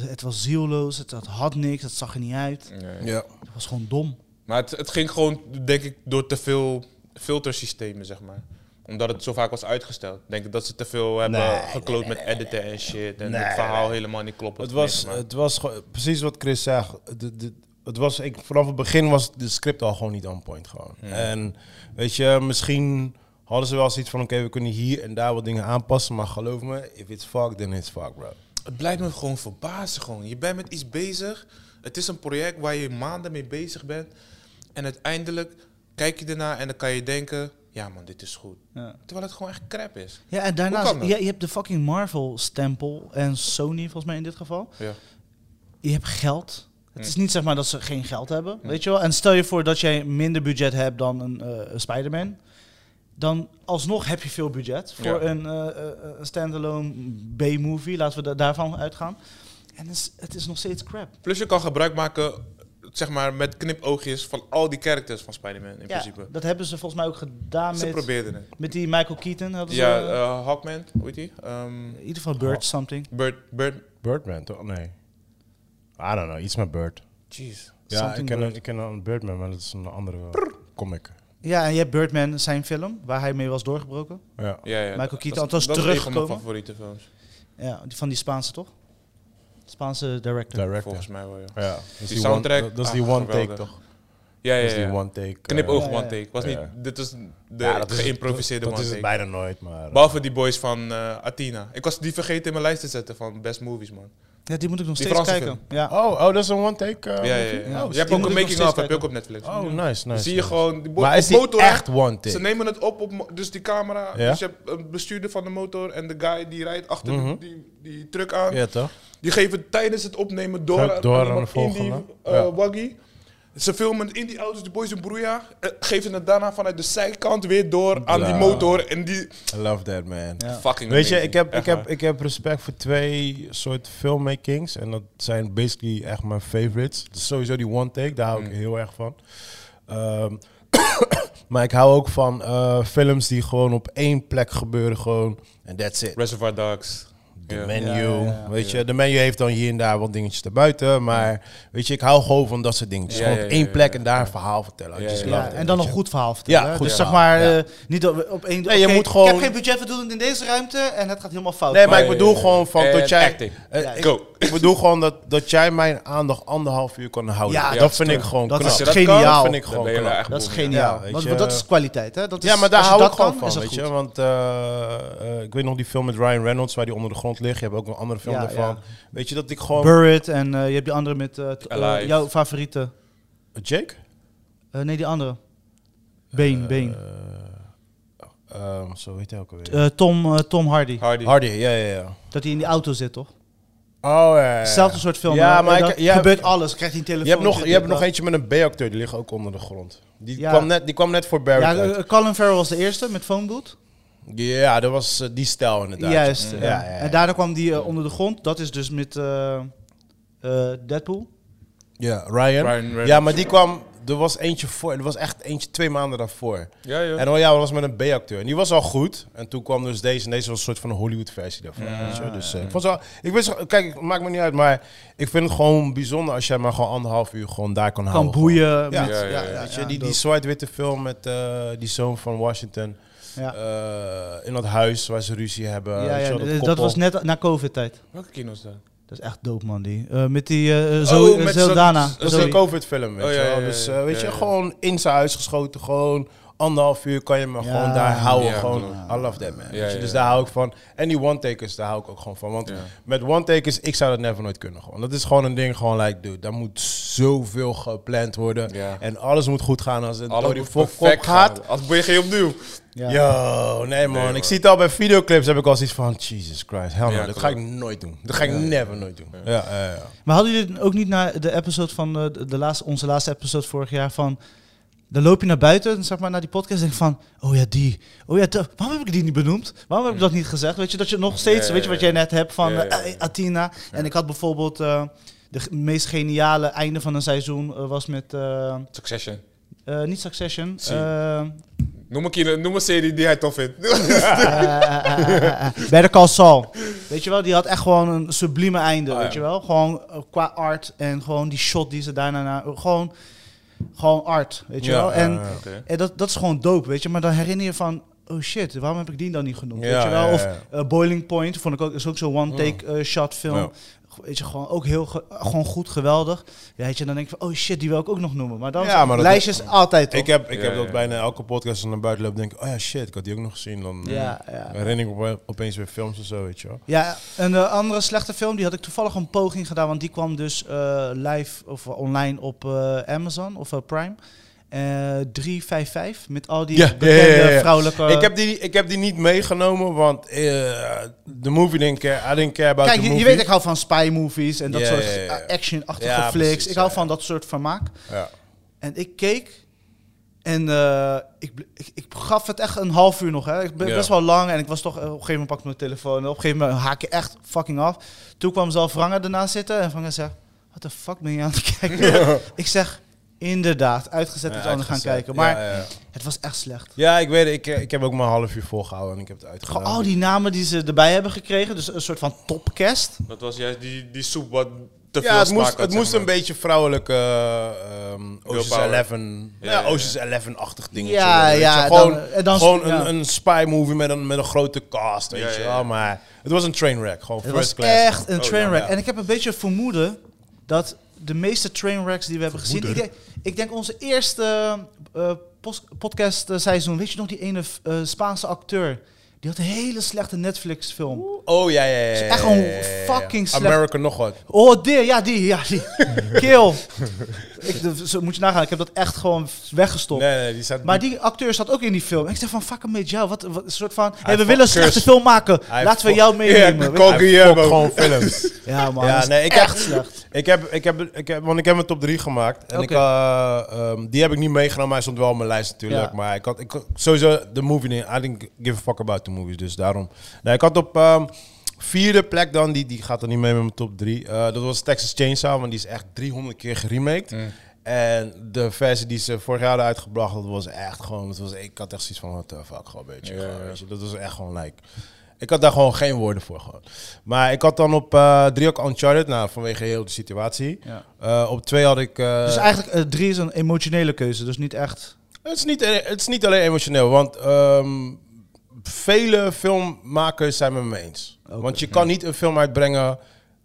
Het was zielloos, het had- had niks, het zag er niet uit.
Nee.
Ja.
Het was gewoon dom.
Maar het, het ging gewoon, denk ik, door te veel filtersystemen, zeg maar. Omdat het zo vaak was uitgesteld. Denk ik dat ze te veel hebben
Nee,
gekloot met editen en shit. En
Nee,
het verhaal helemaal niet klopt.
Het was, het was ge- precies wat Chris zegt. De- de- het was, ik, vanaf het begin was de script al gewoon niet on point. Gewoon. En weet je, misschien hadden ze wel zoiets van... oké, we kunnen hier en daar wat dingen aanpassen... maar geloof me, if it's fucked, then it's fucked, bro.
het blijft me gewoon verbazen. Gewoon. Je bent met iets bezig. Het is een project waar je maanden mee bezig bent. En uiteindelijk kijk je ernaar en dan kan je denken... Ja man, dit is goed.
Ja.
Terwijl het gewoon echt crap is.
Ja, en
Hoe
daarnaast,
kan dat?
ja, je hebt de fucking Marvel-stempel en Sony volgens mij in dit geval.
Ja.
je hebt geld. Het is niet zeg maar dat ze geen geld hebben, weet je wel. En stel je voor dat jij minder budget hebt dan een eh, een Spider-Man. Dan alsnog heb je veel budget voor
Ja.
een eh, eh, eh, standalone B-movie. Laten we da- daarvan uitgaan. En het is, het is nog steeds crap.
Plus je kan gebruik maken, zeg maar, met knipoogjes van al die characters van Spider-Man in
Ja,
principe.
dat hebben ze volgens mij ook gedaan
Ze
met,
probeerden het.
met die Michael Keaton. Hadden
Ja,
ze, eh,
eh, Hawkman, hoe heet die? Ehm,
in ieder geval Bird something.
Bird, Bird,
Birdman, toch? Nee. I don't know, iets met Bird.
Jeez.
Ja, ik
Something
ken,
Bird.
een, ik ken een Birdman, maar dat is een andere comic.
Ja, en je hebt Birdman, zijn film, waar hij mee was doorgebroken.
Ja.
Ja, ja.
Michael
dat-
Keaton,
dat-
althans
dat is een van mijn
teruggekomen.
favoriete films.
Ja, die- van die Spaanse, toch? Spaanse director.
Director.
Volgens mij wel, ja.
Ja, dat is die,
soundtrack,
One, dat is
ah,
die one take,
geweldig.
toch?
Ja,
Dat
ja,
is die
ja.
one take.
Knipoog
Ja, ja.
one take. Was
Ja.
niet, dit is de
Ja, dat is het-
geïmproviseerde
dat,
one
is
take.
het bijna nooit, maar... eh,
Behalve die boys van eh, Athena. Ik was die vergeten in mijn lijst te zetten van best movies, man.
Ja, die moet ik nog
Die
steeds
Franse
kijken. Ja.
Oh, oh, dat is een one take eh,
ja, ja,
movie?
ja.
Ja,
Oh,
je hebt
die
ook
moet
een
ik nog
making
steeds
of, heb je ook
kijken.
op Netflix.
Oh, nice, nice.
Zie je
nice.
gewoon, die bo-
Maar
op
is die
motor,
echt one
Ze
take?
nemen het op, op mo- dus die camera,
Ja?
dus je hebt een bestuurder van de motor en de guy die rijdt achter de-
Mhm.
die, die truck aan.
Ja, toch?
Die geven tijdens het opnemen door,
Gaat
aan-
door
aan
aan
iemand
de volgende.
in die eh,
Ja.
waggie. Ze filmen het in die auto's, de boys in broeia, eh, geven het daarna vanuit de zijkant weer door aan die
Ja.
motor en die...
I love that, man.
Ja.
Fucking
Weet je,
amazing.
ik heb, ik,
Echt
heb,
waar.
ik heb respect voor twee soort filmmakings. En dat zijn basically echt mijn favorites. Dus sowieso die one take, daar hou ik
Mm.
heel erg van. Ehm, [COUGHS] maar ik hou ook van eh, films die gewoon op één plek gebeuren. Gewoon, en that's it.
Reservoir Dogs.
De
Ja.
menu,
Ja, ja, ja.
weet je. De menu heeft dan hier en daar wat dingetjes erbuiten. Maar weet je, ik hou gewoon van dat soort dingetjes.
Ja,
gewoon
ja,
op
ja,
één
ja,
plek
ja.
en daar een verhaal vertellen. I
Ja,
just
ja,
Ja,
love it,
en dan
weet
een
je.
goed verhaal vertellen.
Ja,
hè?
goed
dus zeg
verhaal,
maar,
ja.
eh, niet dat we op één...
Nee, je
oké,
moet gewoon-
Ik heb geen budget voldoende in deze ruimte en het gaat helemaal fout.
Nee, maar ik
Maar,
bedoel
eh,
gewoon van
en
dat jij...
acting.
eh,
Ja,
ik-
Go.
Ik bedoel gewoon dat, dat jij mijn aandacht anderhalf uur kan houden.
Ja,
dat,
dat is
vind
knap.
ik gewoon
Dat
knap.
is
dat
geniaal.
Dat vind ik
Dan
gewoon
ben je wel
knap.
echt
Dat is
boem, ja.
geniaal.
Ja, weet
want,
je,
want dat is kwaliteit, hè? Dat is,
ja, maar daar
als je
hou ik
dat kan,
gewoon van,
is dat
weet
goed.
je. Want eh, eh, ik weet nog die film met Ryan Reynolds, waar die onder de grond ligt. Je hebt ook een andere film
Ja,
daarvan.
ja.
Weet je, dat ik gewoon...
Burrit en eh, je hebt die andere met eh, t- eh,
Alive.
jouw favoriete.
Jake?
Eh, nee, die andere. Been, Been.
Eh, ehm, zo heet hij ook alweer.
Eh, Tom, eh, Tom Hardy.
Hardy.
Hardy, ja, ja, ja.
Dat hij in die auto zit, toch?
Oh, ja, ja, ja.
Hetzelfde soort film.
Ja,
hè?
maar
En
ik-
dan
ja,
gebeurt alles. Krijgt hij een telefoon.
Je hebt nog,
dit,
je hebt
dit,
nog
dat.
eentje met een B-acteur, die ligt ook onder de grond. Die,
Ja.
kwam, net, die kwam net voor Barry.
Ja,
Ja,
eh, Colin Farrell was de eerste met Phone Booth.
dat was eh, die stijl inderdaad.
Juist.
Ja,
ja.
ja, ja.
En daarna kwam die eh, onder de grond. Dat is dus met eh, eh, Deadpool.
Ja, Ryan.
Ryan Reynolds.
Ja, maar die kwam... Er was eentje voor, er was echt eentje twee maanden daarvoor.
Ja, ja.
En oh ja, dat was met een B-acteur. En die was al goed. En toen kwam dus deze. En deze was een soort van een Hollywood-versie daarvan. weet je wel. Dus eh, ik vond het wel- Ik wist, kijk, het maakt me niet uit. Maar ik vind het gewoon bijzonder als jij maar gewoon anderhalf uur gewoon daar kan,
Kan
houden.
boeien.
Oh, Ja,
met-
ja, ja,
Weet je, die, die
dope.
zwart-witte film met eh, die zoon van Washington.
Ja.
eh, in dat huis waar ze ruzie hebben.
Ja,
weet
ja,
je wel,
dat,
dat,
was
koppel.
net na COVID-tijd.
Welke kino is dat?
Dat is echt dope, man. Die. Eh, met die eh, Zo-
met
Zeldana.
zo'n-
Oh, Dat is
Zoe.
een COVID-film, weet
Oh,
je
ja,
wel.
ja, ja,
Dus
ja.
eh, weet
Ja,
je,
ja.
gewoon in zijn huis geschoten. Gewoon anderhalf uur kan je
Ja.
me gewoon daar houden.
Ja,
gewoon,
klopt.
I love that, man.
Ja,
weet je,
ja,
dus
ja.
daar hou ik van. En die one-takers, daar hou ik ook gewoon van. Want
Ja.
met one-takers, ik zou dat never nooit kunnen. Gewoon. Dat is gewoon een ding, gewoon like, dude, daar moet zoveel gepland worden.
Ja.
En alles moet goed gaan als het
Alles
door die
moet
fok-
perfect
kop gaat.
gaan. Als BG opnieuw.
Ja.
Yo, nee man.
hoor.
ik zie het al bij videoclips, heb ik al zoiets van, Jesus Christ, hell no,
Ja,
dat
klopt.
ga ik nooit doen. Dat ga ik never nooit doen. Ja, ja, ja.
Maar hadden jullie ook niet naar de episode van eh, de, de laatste, onze laatste episode vorig jaar van. Dan loop je naar buiten, zeg maar, naar die podcast en denk van, oh ja, die. Oh ja, dat- waarom heb ik die niet benoemd? Waarom heb ik dat niet gezegd? Weet je, dat je nog steeds,
Ja,
weet je
ja,
wat jij
ja.
net hebt van
Ja, ja, ja.
eh, Athena. En ik had bijvoorbeeld, eh, de g- meest geniale einde van een seizoen eh, was met, eh,
Succession.
eh, niet Succession.
Zie.
eh,
Noem een, kino, noem een serie die hij tof [LAUGHS] vindt.
eh, Better Call Saul. Weet je wel, die had echt gewoon een sublieme einde,
Ah,
Oh,
ja.
weet je wel. Gewoon eh, qua art en gewoon die shot die ze daarna... Na, gewoon, gewoon art, weet je
Ja,
wel.
ja,
En,
ja.
Oké.
en dat, dat is gewoon dope, weet je. Maar dan herinner je van... Oh shit, waarom heb ik die dan niet genoemd?
Ja,
weet je wel?
ja,
Of
ja. Mm.
eh, Boiling Point vond ik ook, is ook zo'n one-take eh, shot film.
Ja.
Weet je, gewoon ook heel ge- gewoon goed, geweldig. Weet je, dan denk ik van, oh shit, die wil ik ook nog noemen. Maar dan
Ja, maar dat-
lijstjes altijd op.
Ik heb, ik
Ja,
heb dat
ja.
bijna elke podcast als ik naar buiten loop, denk ik, oh ja, shit, ik had die ook nog gezien. Dan eh,
Ja, ja.
herinner ik me opeens weer films en zo, weet je wel.
Ja, een eh, andere slechte film, die had ik toevallig een poging gedaan, want die kwam dus eh, live of online op eh, Amazon of eh, Prime. Eh 355, met al die
Ja, ja,
bekende
ja, ja.
vrouwelijke...
ik, heb die, ik heb die niet meegenomen, want eh, de movie, denk ik, I didn't care about
Kijk,
the
je,
movie.
je weet, ik hou van spy movies en dat
Ja,
soort
ja, ja, ja.
eh, actionachtige
Ja,
flicks.
precies,
ik hou
ja,
van dat soort vermaak.
Ja.
En ik keek en eh, ik, ble- ik, ik gaf het echt een half uur nog. Hè. Ik ben
Ja.
best wel lang en ik was toch eh, op een gegeven moment pak ik mijn telefoon. En op een gegeven moment haak je echt fucking af. [LAUGHS] Toen kwam zelf Vranga ernaast zitten en Vranga zegt: Wat de fuck ben je aan het kijken? ik zeg: Inderdaad, uitgezet dat we dan gaan kijken. Maar
Ja, ja.
het was echt slecht.
Ja, ik weet het. Ik, eh, ik heb ook maar een half uur volgehouden en ik heb het
Gewoon oh,
uitgedaan.
al die namen die ze erbij hebben gekregen. Dus een soort van topcast.
Dat was juist die, die soep wat te veel
ja, het
smaak
moest,
had,
het
zeg
moest
maar.
een beetje vrouwelijke eh, ehm, Ocean's
power.
Eleven, ja,
Ja, ja, ja.
Ocean's Eleven-achtig dingetje.
Ja,
worden, weet
ja,
je. Gewoon,
dan, eh, dan-
gewoon
ja.
een, een spy movie met een, met een grote cast, weet
Ja,
je
ja,
wel.
ja.
Maar het was een trainwreck, gewoon
Het
first
was
class.
echt een
Oh,
trainwreck.
ja.
En ik heb een beetje het vermoeden dat de meeste trainwrecks die we hebben gezien... Ik
Vermoeden?
denk, ik denk onze eerste eh, pos- podcast eh, seizoen... Weet je nog die ene eh, Spaanse acteur? Die had een hele slechte Netflix film.
Oh, ja, ja, ja. ja,
echt gewoon
ja, ja, ja.
fucking slecht.
American nog wat.
Oh, die, ja, die, ja,
[LAUGHS]
die. Kill. ik, de- zo moet je nagaan, ik heb dat echt gewoon weggestopt.
Nee, nee, die staat...
Maar die acteur zat ook in die film. En ik zei van, fuck hem met jou. Wat, wat een soort van, hey, we
fuck
willen een slechte
Kurs.
film maken.
Hij
Laten we
fuck-
jou
Ja,
meenemen. Weet je-
Koken
Hij fokt
gewoon [LAUGHS] films.
ja, man.
Ja,
dat is
nee, ik
echt
heb-
slecht.
Ik heb, ik heb, ik heb, want ik heb een top 3 gemaakt. En ik,
Oké.
eh, ehm, die heb ik niet meegenomen. Hij stond wel op mijn lijst natuurlijk.
Ja.
Maar ik had, ik, had- sowieso de movie. nee, I didn't give a fuck about the movies. Dus daarom. Nee, ik had op ehm, vierde plek dan. Die, die gaat er niet mee met mijn top 3. dat was Texas Chainsaw. Want die is echt 300 keer geremaked. En de versie die ze vorig jaar hadden uitgebracht, dat was echt gewoon. Dat was, ik had echt zoiets van: what the fuck, gewoon een beetje.
Ja,
gewoon,
ja.
weet je. Dat was echt gewoon like. Ik had daar gewoon geen woorden voor. Gewoon. Maar ik had dan op eh, drie ook Uncharted, nou, vanwege heel de situatie.
Ja.
Eh, op twee had ik... eh,
Dus eigenlijk, eh, drie is een emotionele keuze. Dus niet echt...
het, is niet, eh, het is niet alleen emotioneel, want ehm, vele filmmakers zijn het me eens.
Oké.
Want je kan niet een film uitbrengen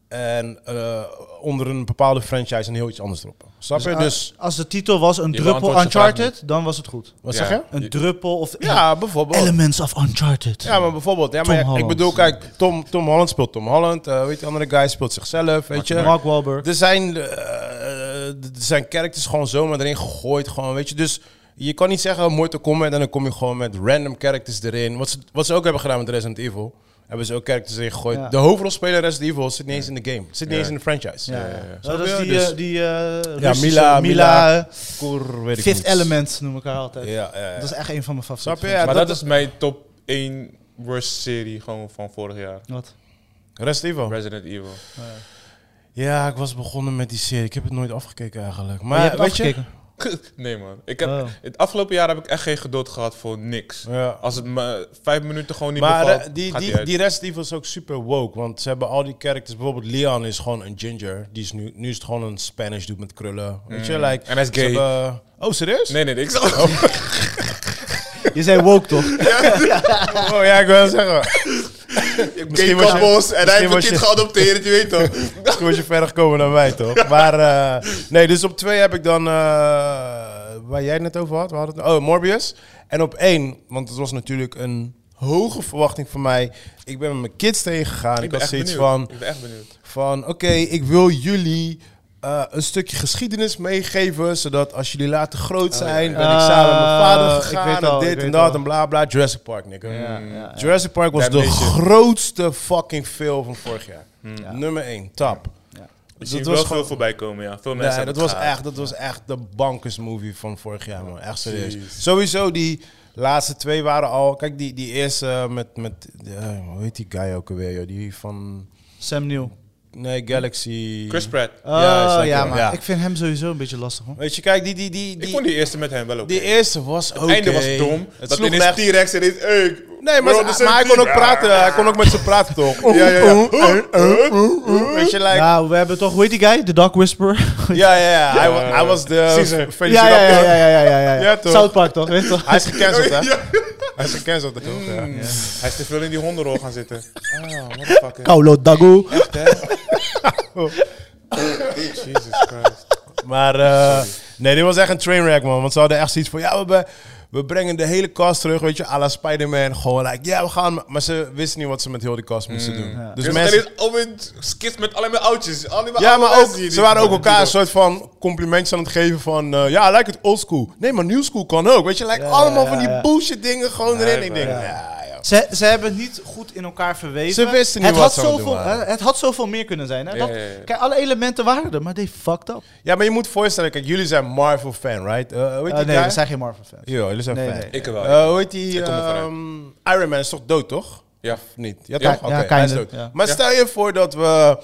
en eh, onder een bepaalde franchise en heel iets anders droppen. Snap je?
Dus,
Dus,
a- als de titel was een
Je
druppel
beantwoordt de vraag
Uncharted, dan was het goed.
wat
Ja.
zeg je?
Een
Je-
druppel of e-
Ja, bijvoorbeeld.
Elements of Uncharted.
Ja, maar bijvoorbeeld. Ja,
Tom
maar ja, ik
Holland.
bedoel, kijk, Tom, Tom Holland speelt Tom Holland. eh, weet je, andere guy speelt zichzelf. Weet je.
Mark Wahlberg.
Er zijn, eh, er zijn characters gewoon zomaar erin gegooid. Gewoon, weet je. Dus je kan niet zeggen Mortal Kombat en dan kom je gewoon met random characters erin. Wat ze, wat ze ook hebben gedaan met Resident Evil. Hebben ze ook characters erin gegooid.
Ja.
De hoofdrolspeler Resident Evil zit niet eens in de game. Zit niet
Ja.
eens in de franchise.
Ja, ja,
ja, ja.
ja.
Snap
Dat is
je?
die,
Dus-
eh, die eh,
Ja,
Russische
Mila- Mila-
eh,
Koer, weet ik
Fifth
niet.
Element noem ik haar altijd.
Ja, ja, ja.
Dat is echt een van mijn favorieten.
Snap je? Ja,
maar
dat-
dat, is mijn top 1 worst serie gewoon van vorig jaar.
Wat?
Resident Evil.
Resident Evil. [LAUGHS]
Ja, ik was begonnen met die serie. Ik heb het nooit afgekeken eigenlijk. Maar,
Maar je hebt
weet je?
afgekeken.
nee man, ik heb,
Oh.
het afgelopen jaar heb ik echt geen geduld gehad voor niks.
Ja.
Als het me vijf minuten gewoon niet
Maar
bevalt,
eh, die,
gaat die,
die,
uit.
die rest die was ook super woke. Want ze hebben al die characters. Bijvoorbeeld Leon is gewoon een ginger. Die is nu, nu is het gewoon een Spanish dude met krullen. Weet je, like...
Mm. En hij is
ze
gay.
hebben- oh, serieus?
Nee, nee, nee, [LAUGHS] ik zal...
Je zei woke
[LAUGHS]
toch?
Oh ja, ik wil
[LAUGHS]
zeggen. Misschien was je-
kapbos
misschien was je-
geadopteerd, je weet toch?
Toen was je verder gekomen dan wij,
[LAUGHS]
toch? Maar eh, nee, dus op twee heb ik dan... eh, waar jij het net over had. we hadden het- oh, Morbius. En op één, want het was natuurlijk een hoge verwachting van mij. Ik ben met mijn kids tegengegaan. Ik,
Ik ben
was
echt
zoiets
benieuwd.
van...
Ik ben echt benieuwd.
Van oké, ik wil jullie eh, een stukje geschiedenis meegeven. Zodat als jullie later groot zijn, ben ik
Ah,
samen met mijn vader
ik
gegaan.
weet al,
en
ik
dit en
weet
dat
al.
en bla bla. Jurassic Park, nigga.
ja.
Jurassic Park was de
Damnation.
grootste fucking film van vorig jaar.
Hm.
Nummer 1, top.
Ik
Dus
zie
dat
wel
was
veel
gewoon-
voorbij komen, ja. Veel mensen
Nee, dat
hebben
was,
het gehaald.
echt, dat was echt de bankers movie van vorig jaar, man. Echt serieus.
Jeez.
Sowieso die laatste twee waren al... Kijk, die, die eerste eh, met... met eh, hoe heet die guy ook alweer, joh? Die van...
Sam Neill.
Nee, Galaxy...
Chris Pratt.
Oh
Ja, is
ja,
lekker,
maar
ja.
ik vind hem sowieso een beetje lastig hoor.
Weet je, kijk, die... die, die,
Ik
die
vond die eerste met hem wel oké.
Die eerste was oké.
Het einde was dom.
Het
dat
sloeg
ineens
echt...
T-Rex en is... Hey,
Nee, maar,
bro,
ze-
dat zijn
maar hij kon ook
dieren.
praten. Hij kon ook met ze praten, toch?
Ja, ja, ja.
Weet je, like...
Nou, we hebben toch, hoe heet die guy? The Dog Whisperer? [LAUGHS]
Ja, ja, ja. Hij, wa- hij was de...
Caesar.
ja, ja, ja, ja, ja, ja, ja, ja.
Ja, toch?
South Park toch, weet je toch?
Hij is gecanceld, [LAUGHS] hè?
Ja.
Hij is gecanceld, toch? Ja.
Hij is te veel in die hondenrol gaan zitten.
[LAUGHS]
Ah, motherfucker.
Kaulo Dago.
Jesus Christ.
Maar eh, nee, dit was echt een trainwreck, man. Want ze hadden echt zoiets van, ja, we, be- we brengen de hele cast terug, weet je, à la Spider-Man. Gewoon, like, ja, we gaan. Maar ze wisten niet wat ze met heel die cast moesten doen. Dus
Dus
mensen.
mensen... alweer skits met alleen maar oudjes. Alleen maar
Ja,
oude
maar ook,
mensen hier
ze
die-
waren ook elkaar een
die-
soort van complimentjes aan het geven van... eh, ja, lijkt het old school. Nee, maar new school kan ook. Weet je, lijkt
Ja,
allemaal
ja,
van die
ja.
bullshit dingen gewoon erin.
Ja,
Ik denk,
ja.
ja, ja.
Ze, ze hebben het niet goed in elkaar verweven.
Ze wisten niet
het
wat
had
ze aan het doen
zoveel,
waren.
hè, Het had zoveel meer kunnen zijn. Hè?
Ja,
Dat,
ja, ja.
Kijk, alle elementen waren er, maar they fucked up.
Ja, maar je moet voorstellen, kijk, jullie zijn Marvel-fan, right? Eh, hoe heet
Eh,
die
nee,
guy?
we zijn geen Marvel-fans.
Jo, jullie zijn
Nee,
fan.
nee.
Ik wel.
Eh, hoe heet die?
Ik kom ervan uit.
ehm, Iron Man is toch dood, toch?
ja.
Niet? Ja,
Ja,
toch? Oké,
ja,
hij is
kinda,
dood.
ja.
Maar
Ja.
stel je voor dat we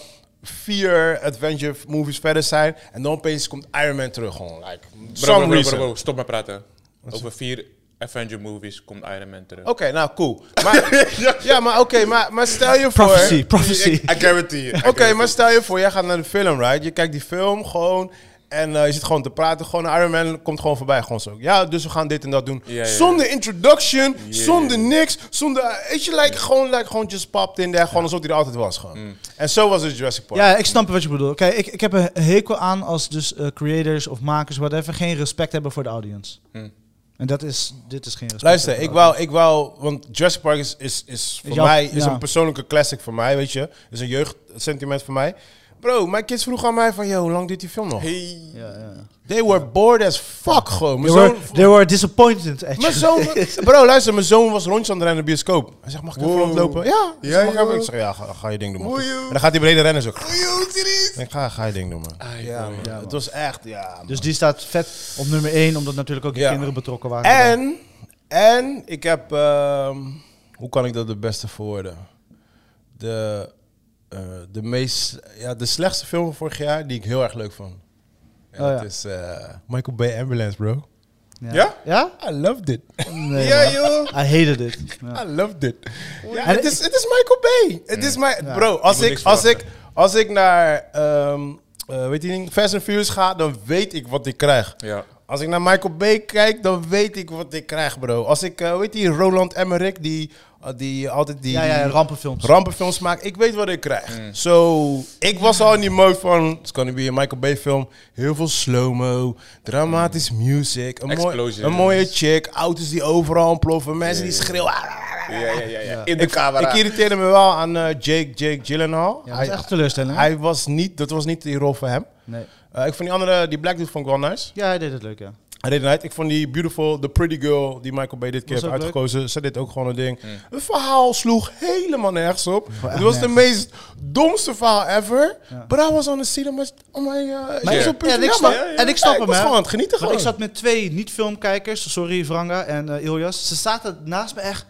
vier adventure movies verder zijn. En dan opeens komt Iron Man terug gewoon. Like,
Bro,
some
bro, bro, bro,
reason.
bro, stop met praten. Over vier Avenger movies komt Iron Man terug.
Oké, nou
[LAUGHS]
cool. Maar, ja, maar oké, maar, maar stel je voor...
Prophecy, prophecy.
I guarantee
[LAUGHS]
[LAUGHS] you. I
Oké,
guarantee
maar stel je voor, jij gaat naar de film, right? Je kijkt die film gewoon en eh, je zit gewoon te praten. Gewoon Iron Man komt gewoon voorbij, gewoon zo. Ja, dus we gaan dit en dat doen.
Ja, ja, ja.
Zonder introduction, zonder niks, zonder... eh, Weet je, like, gewoon, like, gewoon just popped in daar, gewoon alsof hij er altijd was, gewoon.
Mm.
En zo was het Jurassic Park.
Ja, ik snap wat je bedoelt. Kijk, ik, ik heb een hekel aan als dus eh, creators of makers, whatever, geen respect hebben voor de audience. En dat is, dit is geen respect.
Hm. Luister,
hebben
ik
voor de
wou, ik wou, want Jurassic Park is, is, is voor
jouw-
mij is
ja.
een persoonlijke classic voor mij, weet je. Is een jeugdsentiment voor mij. Bro, mijn kids vroegen aan mij van, yo, hoe lang duurt die film nog?
you. Hey.
audience. Ja, ja.
They were bored as fuck gewoon. Mijn
They, were,
zoon,
they were disappointed, actually.
mijn zoon,
[LAUGHS]
bro, luister, mijn zoon was rondje aan het rennen in de bioscoop. Hij zegt, mag ik even
Wow.
rondlopen? Ja, ja,
Ja,
mag ik, even?
joh.
ik zeg, ja, ga, ga je ding doen. man.
Oei, joh.
En dan gaat hij beneden rennen zo. Ik
Yo, serieus?
denk, ga, ga je ding doen, man.
Ja, man.
Ja,
Het
man.
was echt, ja.
[LAUGHS]
man.
Dus die staat vet op nummer 1, omdat natuurlijk ook de
Ja.
kinderen betrokken waren.
En, en ik heb, ehm, hoe kan ik dat het beste verwoorden? De, eh, de meest, ja, de slechtste film van vorig jaar die ik heel erg leuk vond. En
Oh, ja.
dat is eh, Michael Bay Ambulance, bro.
Ja?
Ja?
I loved it.
Nee,
Ja,
man.
joh.
I hated it. Ja.
[LAUGHS] I loved it. Ja,
En
het is, het is Michael Bay. Het is mijn bro. Als
moet
ik,
niks
als ik,
verwachten.
als ik naar, ehm, eh, weet je, niet, Fast and Furious ga, dan weet ik wat ik krijg.
Ja.
Als ik naar Michael Bay kijk, dan weet ik wat ik krijg, bro. Als ik, eh, weet je, Roland Emmerich, die, eh, die altijd die
ja, ja, Mm. rampenfilms.
rampenfilms maakt, ik weet wat ik krijg. Zo, ik was al in die mode van, it's gonna be een Michael Bay film. Heel veel slow-mo, dramatisch
Mm.
music, een, mooi,
Explosions.
een mooie chick, auto's die overal ontploffen, mensen die schreeuwen.
Ja, ja, ja, ja. In de
Ik,
camera.
ik irriteerde me wel aan eh, Jake, Jake Gyllenhaal.
ja, dat
hij,
is echt teleurstelling. hè?
hij was niet, dat was niet die rol voor hem.
nee.
Eh, ik vond die andere, die Black Dude, vond ik wel nice.
Ja, hij deed het leuk, ja.
Hij deed het uit. Ik vond die Beautiful, The Pretty Girl, die Michael Bay dit keer
Was
heeft
ook leuk.
uitgekozen. Ze deed ook gewoon een ding. Het verhaal sloeg helemaal nergens op. Het
echt
was de meest domste verhaal ever. But I was on the cinema. Oh my god.
Maar
Ik was
ja,
op puur
en
van,
ik
ja,
snap-
maar-
en ik snap
ja,
hem,
was
hè.
gewoon aan het genieten
Maar
gewoon.
ik zat met twee niet-filmkijkers, sorry Vranga en eh, Iljas. Ze zaten naast me echt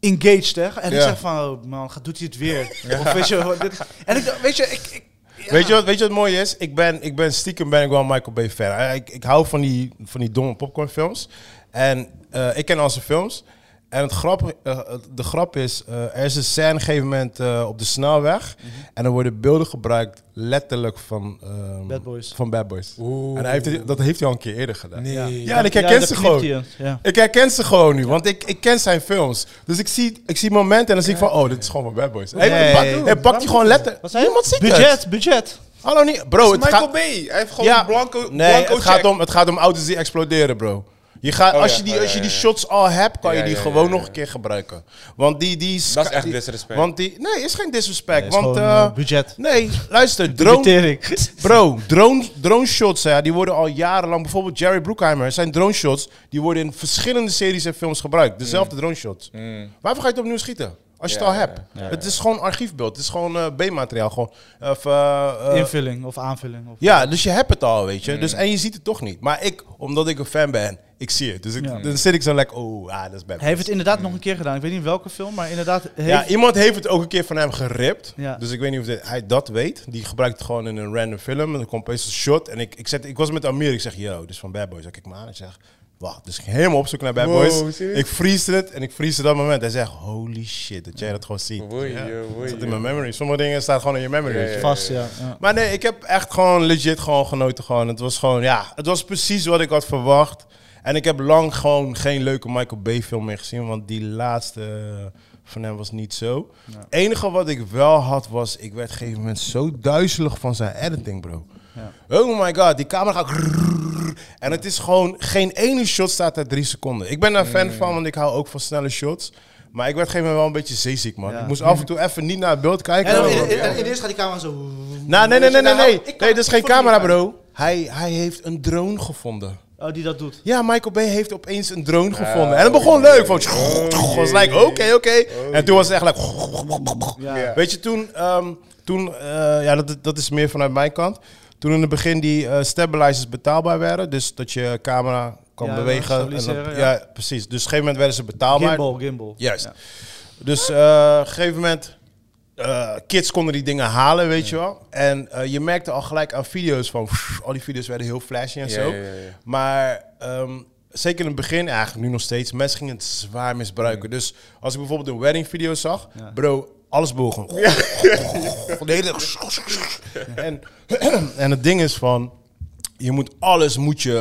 engaged, hè. En ik
Ja.
zeg van, oh man, gaat- doet hij het
[LAUGHS]
weer? Of weet je, wat, dit- en ik dacht, weet je, ik... ik ja.
Weet, je wat, weet je wat mooi is? Ik ben, ik ben stiekem ben ik wel een Michael Bay fan. Eh, Ik, ik hou van die, van die domme popcornfilms. En eh, ik ken al zijn films. En het grap, eh, het- de grap is, eh, er is een scène op een gegeven moment eh, op de snelweg.
Mhm.
En er worden beelden gebruikt letterlijk van, ehm,
Bad Boys.
van Bad Boys.
Oeh.
En hij heeft, het- dat heeft hij al een keer eerder gedaan.
Nee.
Ja, en ik herken
daar
ze
knipt
gewoon.
hij in, Ja.
Ik herken ze gewoon nu, want ik, ik ken zijn films. Dus ik zie, ik zie momenten en dan zie ik van, oh, dit is gewoon van Bad Boys. Hij-
Nee.
Hij pakt- hij pakt die gewoon letterlijk.
Wat zei je?
Niemand ziet het.
budget, budget.
Hallo, niet. Bro, het
Michael
gaat,
Bay. Hij heeft gewoon blanco,
nee,
blanco
het gaat,
check.
om, het gaat om auto's die exploderen, bro. Je gaat,
Oh
als,
ja,
je die,
oh ja,
als je die
ja, ja.
shots al hebt, kan je
Ja,
die
ja, ja,
gewoon
ja,
nog
ja.
een keer gebruiken. Want die... die
Dat is
sky-
echt
die-
disrespect.
Want die, nee, is geen disrespect.
is
want,
gewoon,
eh,
eh, budget.
Nee,
[LAUGHS]
luister, drone,
Budgettering.
bro, drone, drone shots, hè, die worden al jarenlang... Bijvoorbeeld Jerry Bruckheimer, zijn drone shots... die worden in verschillende series en films gebruikt. Dezelfde drone shots.
Mm.
Waarvoor ga je het opnieuw schieten? Als je
Ja,
het al
ja,
hebt.
ja, ja,
Het is gewoon archiefbeeld. Het is gewoon eh, B-materiaal. Gewoon, of, eh, eh,
[LAUGHS] Invulling of aanvulling. Of,
ja, dus je hebt het al, weet je. Dus, en je ziet het toch niet. Maar ik, omdat ik een fan ben, ik zie het. Dus ik,
Ja.
dan zit ik zo lekker, oh, ah, dat is bad.
Hij heeft het inderdaad nog een keer gedaan. Ik weet niet welke film, maar inderdaad... Heeft,
ja, iemand heeft het ook een keer van hem geript.
Ja.
Dus ik weet niet of dit- hij dat weet. Die gebruikt het gewoon in een random film. En dan komt opeens een shot. En ik, ik, zet, ik was met Amir. Ik zeg, yo, dit is van Bad Boys. Ik kijk me aan. Ik zeg, wacht. Dus ik ging helemaal op zoek naar Bad
Wow,
Boys.
serieus?
Ik freeze het. En ik freeze dat moment. Hij zegt, holy shit, dat jij dat gewoon ziet.
Woei,
Ja.
joh, woei,
Dat zit in
joh.
mijn memory. Sommige dingen staan gewoon in je memory.
Ja,
weet je.
ja, ja.
Vast, ja. ja.
Maar nee, ik heb echt gewoon legit gewoon genoten. Gewoon. Het was gewoon, ja, het was precies wat ik had verwacht. En ik heb lang gewoon geen leuke Michael Bay film meer gezien, want die laatste eh, van hem was niet zo. Het enige wat ik wel had was, ik werd op een gegeven moment zo duizelig van zijn editing, bro. Oh my god, die camera gaat... grrrr. En het is gewoon, geen ene shot staat daar drie seconden. Ik ben daar fan van, want ik hou ook van snelle shots. Maar ik werd op een gegeven moment wel een beetje zeeziek, man.
Ja.
Ik moest af en toe even niet naar het beeld kijken.
En dan,
want-
in, in, in, eerst gaat die camera zo...
nou, nee,
Weet
nee,
je,
nee, nee.
daar
Nee,
hou- ik kan-
nee dat is
ik
geen
vond het
camera,
niet fijn.
bro. Hij, hij heeft een drone gevonden.
Oh, die dat doet.
Ja, Michael Bay heeft opeens een drone gevonden. En het
oké.
begon leuk. Van,
Oké.
was like, oké, oké. En toen was het echt like...
Ja.
Ja.
Weet je, toen... ehm, toen eh, ja, dat, dat is meer vanuit mijn kant. Toen in het begin die eh, stabilizers betaalbaar werden. Dus dat je camera kan
Ja,
bewegen. en dat-
stabiliseren,
ja.
ja.
precies. Dus op een gegeven moment werden ze betaalbaar.
Gimbal, gimbal.
Juist.
Ja.
Dus eh, op een gegeven moment eh, kids konden die dingen halen, weet je wel. En eh, je merkte al gelijk aan video's van... pff, al die video's werden heel flashy en
Ja,
zo.
ja, ja, ja.
Maar ehm, zeker in het begin, eigenlijk nu nog steeds... mensen gingen het zwaar misbruiken. Dus als ik bijvoorbeeld een wedding video zag... bro, alles begon gewoon... [LAUGHS] de hele-
[LAUGHS]
en, [CLEARS THROAT] en het ding is van... Je moet alles moet je.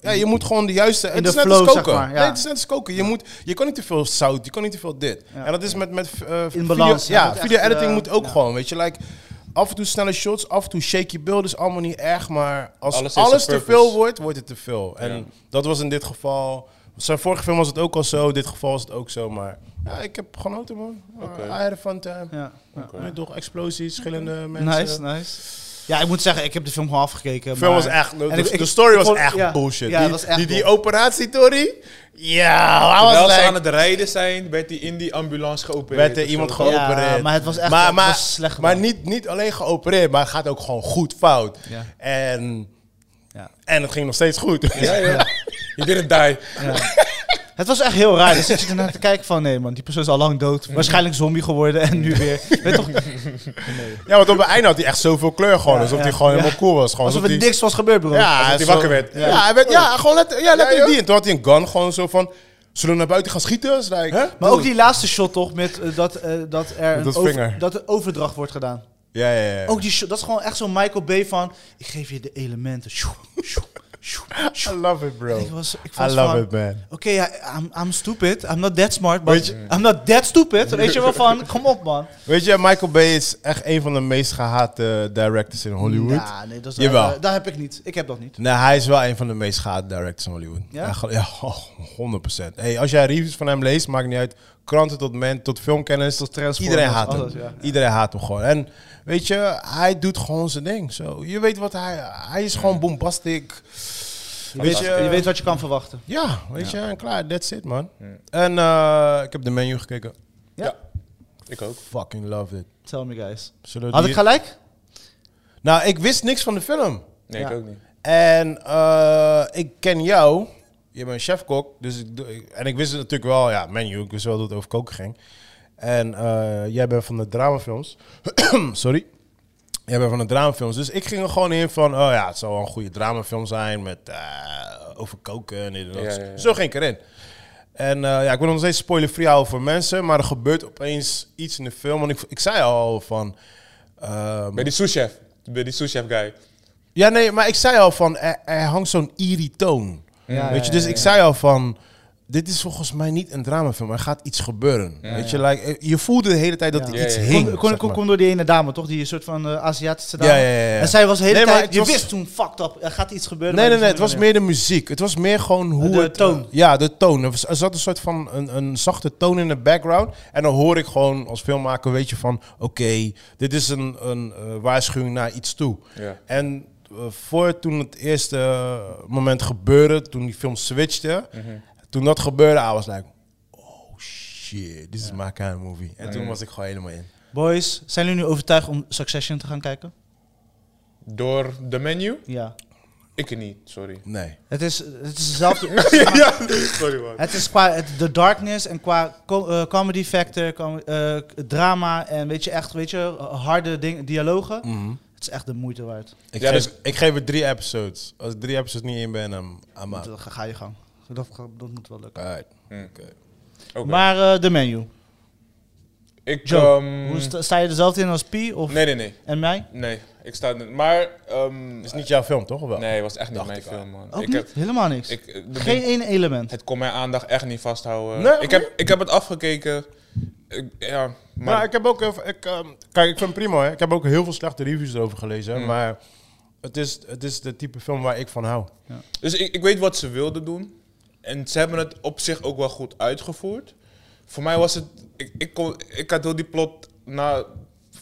eh, Ja, je moet gewoon de juiste. het
de
is net
flow,
als koken.
zeg maar, ja.
Nee, het is net als koken. Je, moet, je kan niet te veel zout, je kan niet te veel dit. En dat is met. met eh,
In balans,
Video,
ja,
ja,
moet echt,
video editing
eh,
moet ook
ja.
gewoon. Weet je, like, af en toe snelle shots, af en toe shaky beeld is allemaal niet erg. Maar als
Alles
alles,
heeft zijn
te
purpose.
veel wordt, wordt het te veel. En
Ja.
dat was in dit geval. Zijn vorige film was het ook al zo, in dit geval was het ook zo. Maar ja, ik heb genoten, man.
Oké.
I had a fun time.
Ja. ja.
Nee, toch explosies, schillende mensen.
Nice, nice. Ja, ik moet zeggen, ik heb de film gewoon afgekeken.
De film
maar-
was echt, de,
En ik- ik-
de story was
ik vond-
echt
ja.
bullshit.
Ja,
die,
dat was echt
die, die
bull.
operatie, Tori. Ja, hij was
Terwijl ze
like-
aan het rijden zijn, werd hij in die ambulance geopereerd.
werd er
of
iemand
zo.
gewoon-
geopereerd.
Ja, maar het was echt- het was slecht
Maar
gedaan.
niet, niet alleen geopereerd, maar het gaat ook gewoon goed fout.
Ja.
En,
Ja.
en het ging nog steeds goed.
Ja, ja. You didn't die.
[LAUGHS] Het was echt heel raar. Dan zit je ernaar te kijken van, nee man, die persoon is al lang dood.
Mm.
Waarschijnlijk zombie geworden en nu
[LAUGHS]
weer. Weet toch,
[LAUGHS] Ja, want op het einde had hij echt zoveel kleur gewoon.
Ja,
alsof
ja.
hij gewoon
Ja.
helemaal cool was. Gewoon,
alsof er
hij-
niks was gebeurd, bro.
Ja,
Alsof hij
zo-
wakker werd.
Ja, hij werd, ja gewoon letter, ja, letterlijk
joh.
die. En toen had hij een gun gewoon zo van... Zullen we naar buiten gaan schieten? Is like,
Maar ook die laatste shot toch, met eh, dat, eh, dat er een
dat
over-
vinger.
dat er overdracht wordt gedaan.
Ja, ja, ja.
Ook die shot, dat is gewoon echt zo'n Michael Bay van, ik geef je de elementen. Sjoe, sjoe, sjoe, sjoe.
[LAUGHS] I love it, bro.
Ik was, ik
Oh.
was
I love
van,
it, man.
Oké, ja, I'm, I'm stupid. I'm not that smart, but I'm not that stupid. Weet je wel
[LAUGHS]
van, kom op man.
Weet je, Michael Bay is echt een van de meest gehate directors in Hollywood.
Ja, nee, dat, is,
Jawel.
eh, dat heb ik niet. Ik heb dat niet.
Nee, hij is wel een van de meest gehate directors in Hollywood.
Ja?
Hij ge- Ja, [LAUGHS] oh, 100%. Hey, als jij reviews van hem leest, maakt niet uit. Kranten tot men, tot filmkennis, tot
Transformers,
Iedereen haat hem.
alles, ja.
Iedereen haat hem gewoon. En weet je, hij doet gewoon zijn ding. Zo. Je weet wat hij... Hij is gewoon bombastic. Weet je,
Dus, eh, Je weet wat je kan verwachten.
Ja, weet je, en klaar. That's it, man. En eh, ik heb de menu gekeken.
Ja. Ik ook.
Fucking love it.
Tell me guys.
Zullen we
Had
die-
ik gelijk?
Nou, ik wist niks van de film.
Nee,
Ja.
ik ook niet.
En eh, ik ken jou. Je bent chefkok. Dus ik, doe- ik- en ik wist het natuurlijk wel, ja, menu. Ik wist wel dat het over koken ging. En eh, jij bent van de dramafilms. [CLEARS THROAT] Sorry. Jij bent van de dramafilms. Dus ik ging er gewoon in van, oh ja, het zal wel een goede dramafilm zijn. Met eh, over koken en dit en dat.
Ja, ja, ja.
Zo ging ik erin. En eh, ja, ik wil nog steeds spoiler-free houden voor mensen. Maar er gebeurt opeens iets in de film. En ik, ik zei al van... ehm,
Bij die souschef. Bij die souschef guy.
ja, nee, maar ik zei al van, er, er hangt zo'n eerie toon.
Ja,
weet je, dus ik zei al van, dit is volgens mij niet een dramafilm. Er gaat iets gebeuren. weet je, like, eh, je voelde de hele tijd dat
Ja.
er
Ja,
iets
ja, ja.
hing.
Kon, kon,
zeg
kon,
maar.
kon door die ene dame, toch? Die soort van eh, Aziatische dame.
Ja, ja, ja, ja.
En zij was de hele
Nee, maar
tijd...
het
Je
was-
wist toen, fucked up, er gaat iets gebeuren.
Nee,
maar
nee, nee, het was
je
meer de muziek. Het was meer gewoon hoe
De
het... eh,
toon.
Ja, de toon. Er was- Er zat een soort van een, een zachte toon in de background. En dan hoor ik gewoon als filmmaker, weet je, van... Oké, dit is een, een eh, waarschuwing naar iets toe.
Ja.
En eh, voor toen het eerste eh, moment gebeurde, toen die film switchte, toen dat gebeurde, I was like, oh shit, this is my kind of movie. En toen was ik gewoon helemaal in.
meer- Boys, zijn jullie nu overtuigd om Succession te gaan kijken?
Door de menu?
Ja.
Ik niet, sorry.
Nee.
Het is, het is
[LAUGHS]
hetzelfde...
ja, [LAUGHS] sorry man.
Het is qua het- de darkness en qua co- eh, comedy factor, com- eh, drama en weet je, echt weet je, harde ding, dialogen. Het is echt de moeite waard.
Ik,
Ja,
geef,
dus-
ik geef het drie episodes. Als ik drie episodes niet in ben, I'm, I'm out.
Dan eh, ga, ga je gang. Dat, dat moet wel lukken.
Alright.
Hm.
Oké.
Oké.
Maar eh, de menu.
ik,
Joe,
ehm,
hoe sta, sta je er zelf in als P of
nee, nee, nee.
en mij?
Nee, ik sta er niet. Maar, ehm,
Is niet jouw film, toch? Of wel?
nee, was echt niet
Dacht
mijn
ik al.
film man.
Ook
Ik
niet?
heb,
Helemaal niks.
ik, eh, de
Geen
ding-
één element.
het kon mijn aandacht echt niet vasthouden.
Nee,
ik, heb, ik heb het afgekeken. Ik- ja, maar,
Maar, ik heb ook... even- Ik, ehm, kijk, ik vind het prima, hè. Ik heb ook heel veel slechte reviews erover
Mm.
gelezen. Maar het is, het is de type film waar ik van hou.
Dus ik, ik weet wat ze wilden doen. En ze hebben het op zich ook wel goed uitgevoerd. Voor mij was het... Ik, ik, kon, ik had heel die plot... Na,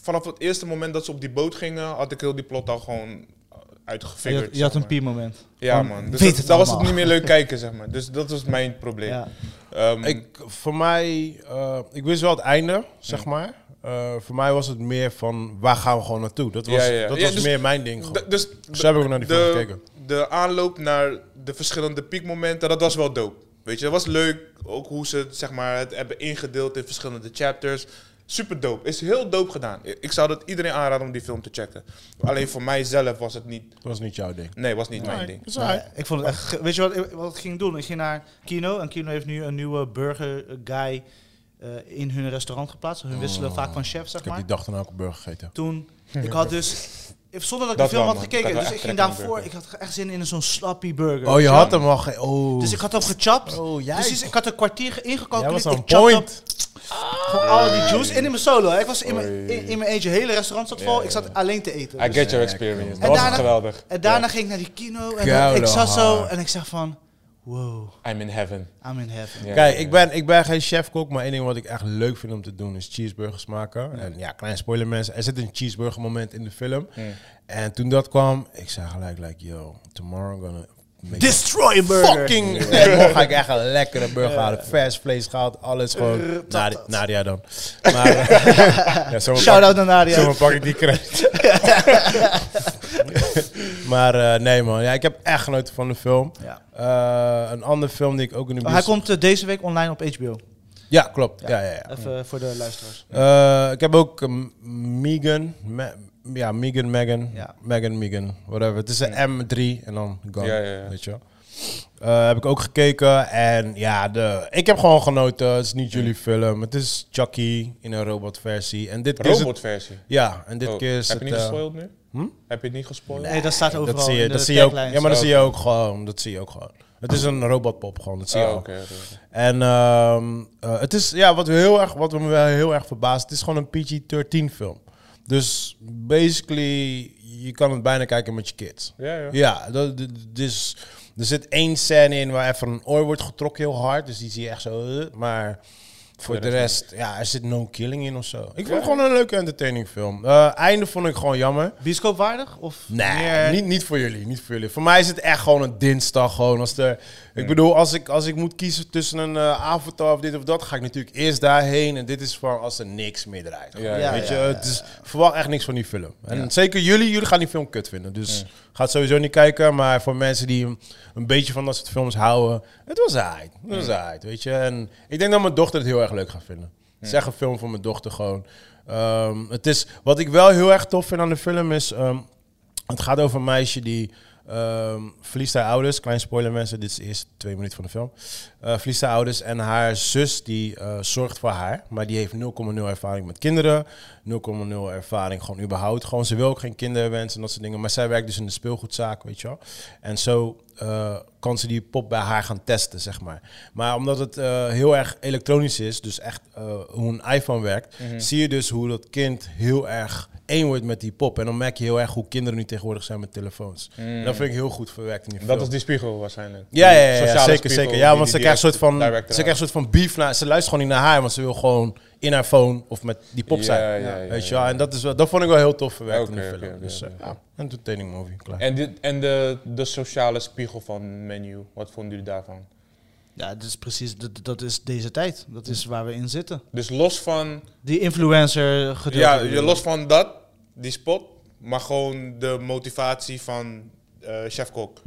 vanaf het eerste moment dat ze op die boot gingen... had ik heel die plot al gewoon
je,
uitgefigured.
had, je had
zeg
een
maar.
P-moment.
Ja,
Gewoon,
man. Dus
weet
dat,
het
dat was het
allemaal.
niet meer leuk kijken, zeg maar. Dus dat was mijn probleem.
Ja.
Ehm,
Ik, voor mij, eh, ik wist wel het einde, zeg
Mm.
maar. Eh, voor mij was het meer van waar gaan we gewoon naartoe? Dat was,
Ja, ja, ja.
Dat
Ja,
was
dus-
meer mijn ding.
d-
gewoon.
dus
Dus heb ik ook naar die film
de,
gekeken.
de aanloop naar de verschillende piekmomenten, dat was wel dope. Weet je, dat was leuk. Ook hoe ze zeg maar, het hebben ingedeeld in verschillende chapters. Super dope. Is heel dope gedaan. I- Ik zou dat iedereen aanraden om die film te checken. Alleen voor mijzelf was het niet...
Dat was niet jouw ding.
Nee, was niet mijn ding.
Ja, ik vond het echt. ge- Weet je wat, ik- wat ik ging doen? Ik ging naar Kino en Kino heeft nu een nieuwe burger guy eh, in hun restaurant geplaatst. Hun wisselen vaak van chef, zeg
Oh, Ik heb
maar.
die dag dan ook een burger gegeten. [LAUGHS]
Toen, ik had dus, ik- zonder dat ik
Dat
de film had
wel, man. Ik had
gekeken,
wel
dus ik ging
echt trek in een
daarvoor, ik had echt zin in zo'n sloppy burger.
Oh, je
Ja.
had hem al ge- Oh.
Dus ik had hem gechapt.
Oh, jij.
Precies, ik had een kwartier
Jij
ingecalculeerd.
was on
ik chapte hem
point.
Gewoon al die juice en in mijn solo. hè. Ik was in mijn,
Oei.
in, in mijn eentje, hele restaurant zat vol. Ik zat alleen te eten. dus.
I get your
Ja,
experience.
ik-
Dat was geweldig.
En daarna ging ik naar die kino en
Koude
ik zat zo
haar.
en ik zag van, wow,
I'm in heaven.
I'm in heaven.
Ja,
Kijk,
ja,
ik
ja.
ben, ik ben geen chefkok, maar één ding wat ik echt leuk vind om te doen is cheeseburgers maken. En ja, klein spoiler mensen, er zit een cheeseburger moment in de film. En toen dat kwam, ik zei gelijk, like, yo, tomorrow I'm gonna make
Destroy a
a
burger.
fucking... Nee, morgen ga ik echt een lekkere burger halen. Vers vlees gehaald, alles gewoon. Nadia, Nadia
[LAUGHS]
dan. Maar, eh, [LAUGHS] ja, zomaar pak-
Shout-out naar Nadia.
Zomaar pak ik die
[LAUGHS]
credit. maar eh, nee man, ja, ik heb echt genoten van de film.
Ja.
Eh, een andere film die ik ook in de
Oh,
bios...
hij komt eh, deze week online op HBO.
Ja, klopt. Ja, ja, ja.
Even eh, voor de luisteraars.
Eh, ik heb ook eh, Megan. Me- ja, Megan, Megan.
Ja.
Megan, Megan. Whatever. Het is een M3 en dan Gun.
Ja, ja, ja.
Weet je wel. Eh, heb ik ook gekeken en ja, de, ik heb gewoon genoten. Het is niet jullie film. Het is Chucky in een robotversie. En dit keer is het-
Robotversie.
ja, en dit
Oh,
keer is
heb
het...
je niet
eh,
gespoild nu? Heb je het niet gespoild?
Nee, dat staat overal
dat zie je,
in de
dat zie je ook. Ja,
taglines.
maar dat
Oh,
zie je ook gewoon. Dat zie je ook gewoon. Het is een robotpop gewoon. Dat zie je
Oh,
ook.
oké, oké, oké.
En ehm, eh, het is, ja, wat, we heel erg, wat me wel heel erg verbaast, het is gewoon een PG-13 film. Dus basically, je kan het bijna kijken met je kids.
Ja, ja.
Ja, dat, dat- dus er zit één scène in waar even een oor wordt getrokken heel hard. Dus die zie je echt zo. eh, maar voor de rest, ja, er zit no killing in of zo. Ik vond het gewoon een leuke entertaining film. Eh, einde vond ik gewoon jammer.
Bioscoopwaardig? Of
Nee,
meer-
niet, niet voor jullie, niet voor jullie. Voor mij is het echt gewoon een dinsdag. Gewoon als de, ik bedoel, als ik, als ik moet kiezen tussen een eh, avatar of dit of dat, ga ik natuurlijk eerst daarheen. En dit is van als er niks meer draait.
Ja,
ja,
Weet je,
ja, ja,
het is, verwacht echt niks van die film. En zeker jullie, jullie gaan die film kut vinden. Dus ga het sowieso niet kijken. Maar voor mensen die een, een beetje van dat soort films houden, het was uit. Het was uit, weet je. En ik denk dat mijn dochter het heel erg leuk gaat vinden. Het is echt een film voor mijn dochter gewoon. Ehm, het is, wat ik wel heel erg tof vind aan de film is... ehm, het gaat over een meisje die ehm, verliest haar ouders. Klein spoiler mensen, dit is de eerste twee minuten van de film. Eh verliest haar ouders en haar zus die eh, zorgt voor haar. Maar die heeft 0,0 ervaring met kinderen. 0,0 ervaring gewoon überhaupt. Gewoon, ze wil ook geen kinderen wensen en dat soort dingen. Maar zij werkt dus in de speelgoedzaak, weet je wel. En zo eh, kan ze die pop bij haar gaan testen, zeg maar. Maar omdat het eh, heel erg elektronisch is, dus echt eh, hoe een iPhone werkt...
Mhm.
zie je dus hoe dat kind heel erg één wordt met die pop. En dan merk je heel erg hoe kinderen nu tegenwoordig zijn met telefoons. En Dat vind ik heel goed verwerkt in die
Mhm. Dat
film.
is die spiegel waarschijnlijk.
ja, ja, ja, ja,
Die sociale
zeker,
spiegel
zeker. Ja,
die-
want
die
ze krijgt een soort
direct-
van, ze
direct
krijgt een soort van beef naar. Ze luistert gewoon niet naar haar, want ze wil gewoon in haar phone of met die pop
Ja,
zijn.
ja, ja,
Weet je
ja.
wel? En dat is wel, dat vond ik wel heel tof verwerkt in
Oké,
de film.
oké, oké,
dus eh,
oké.
ja, entertaining movie, klaar.
En, dit, en de, de sociale spiegel van menu, wat vonden jullie daarvan?
Ja, dat is precies, dat, dat is deze tijd. Dat is waar we in zitten.
Dus los van,
Die influencer gedeelte.
ja, je- los van dat, die spot, maar gewoon de motivatie van eh chef-kok.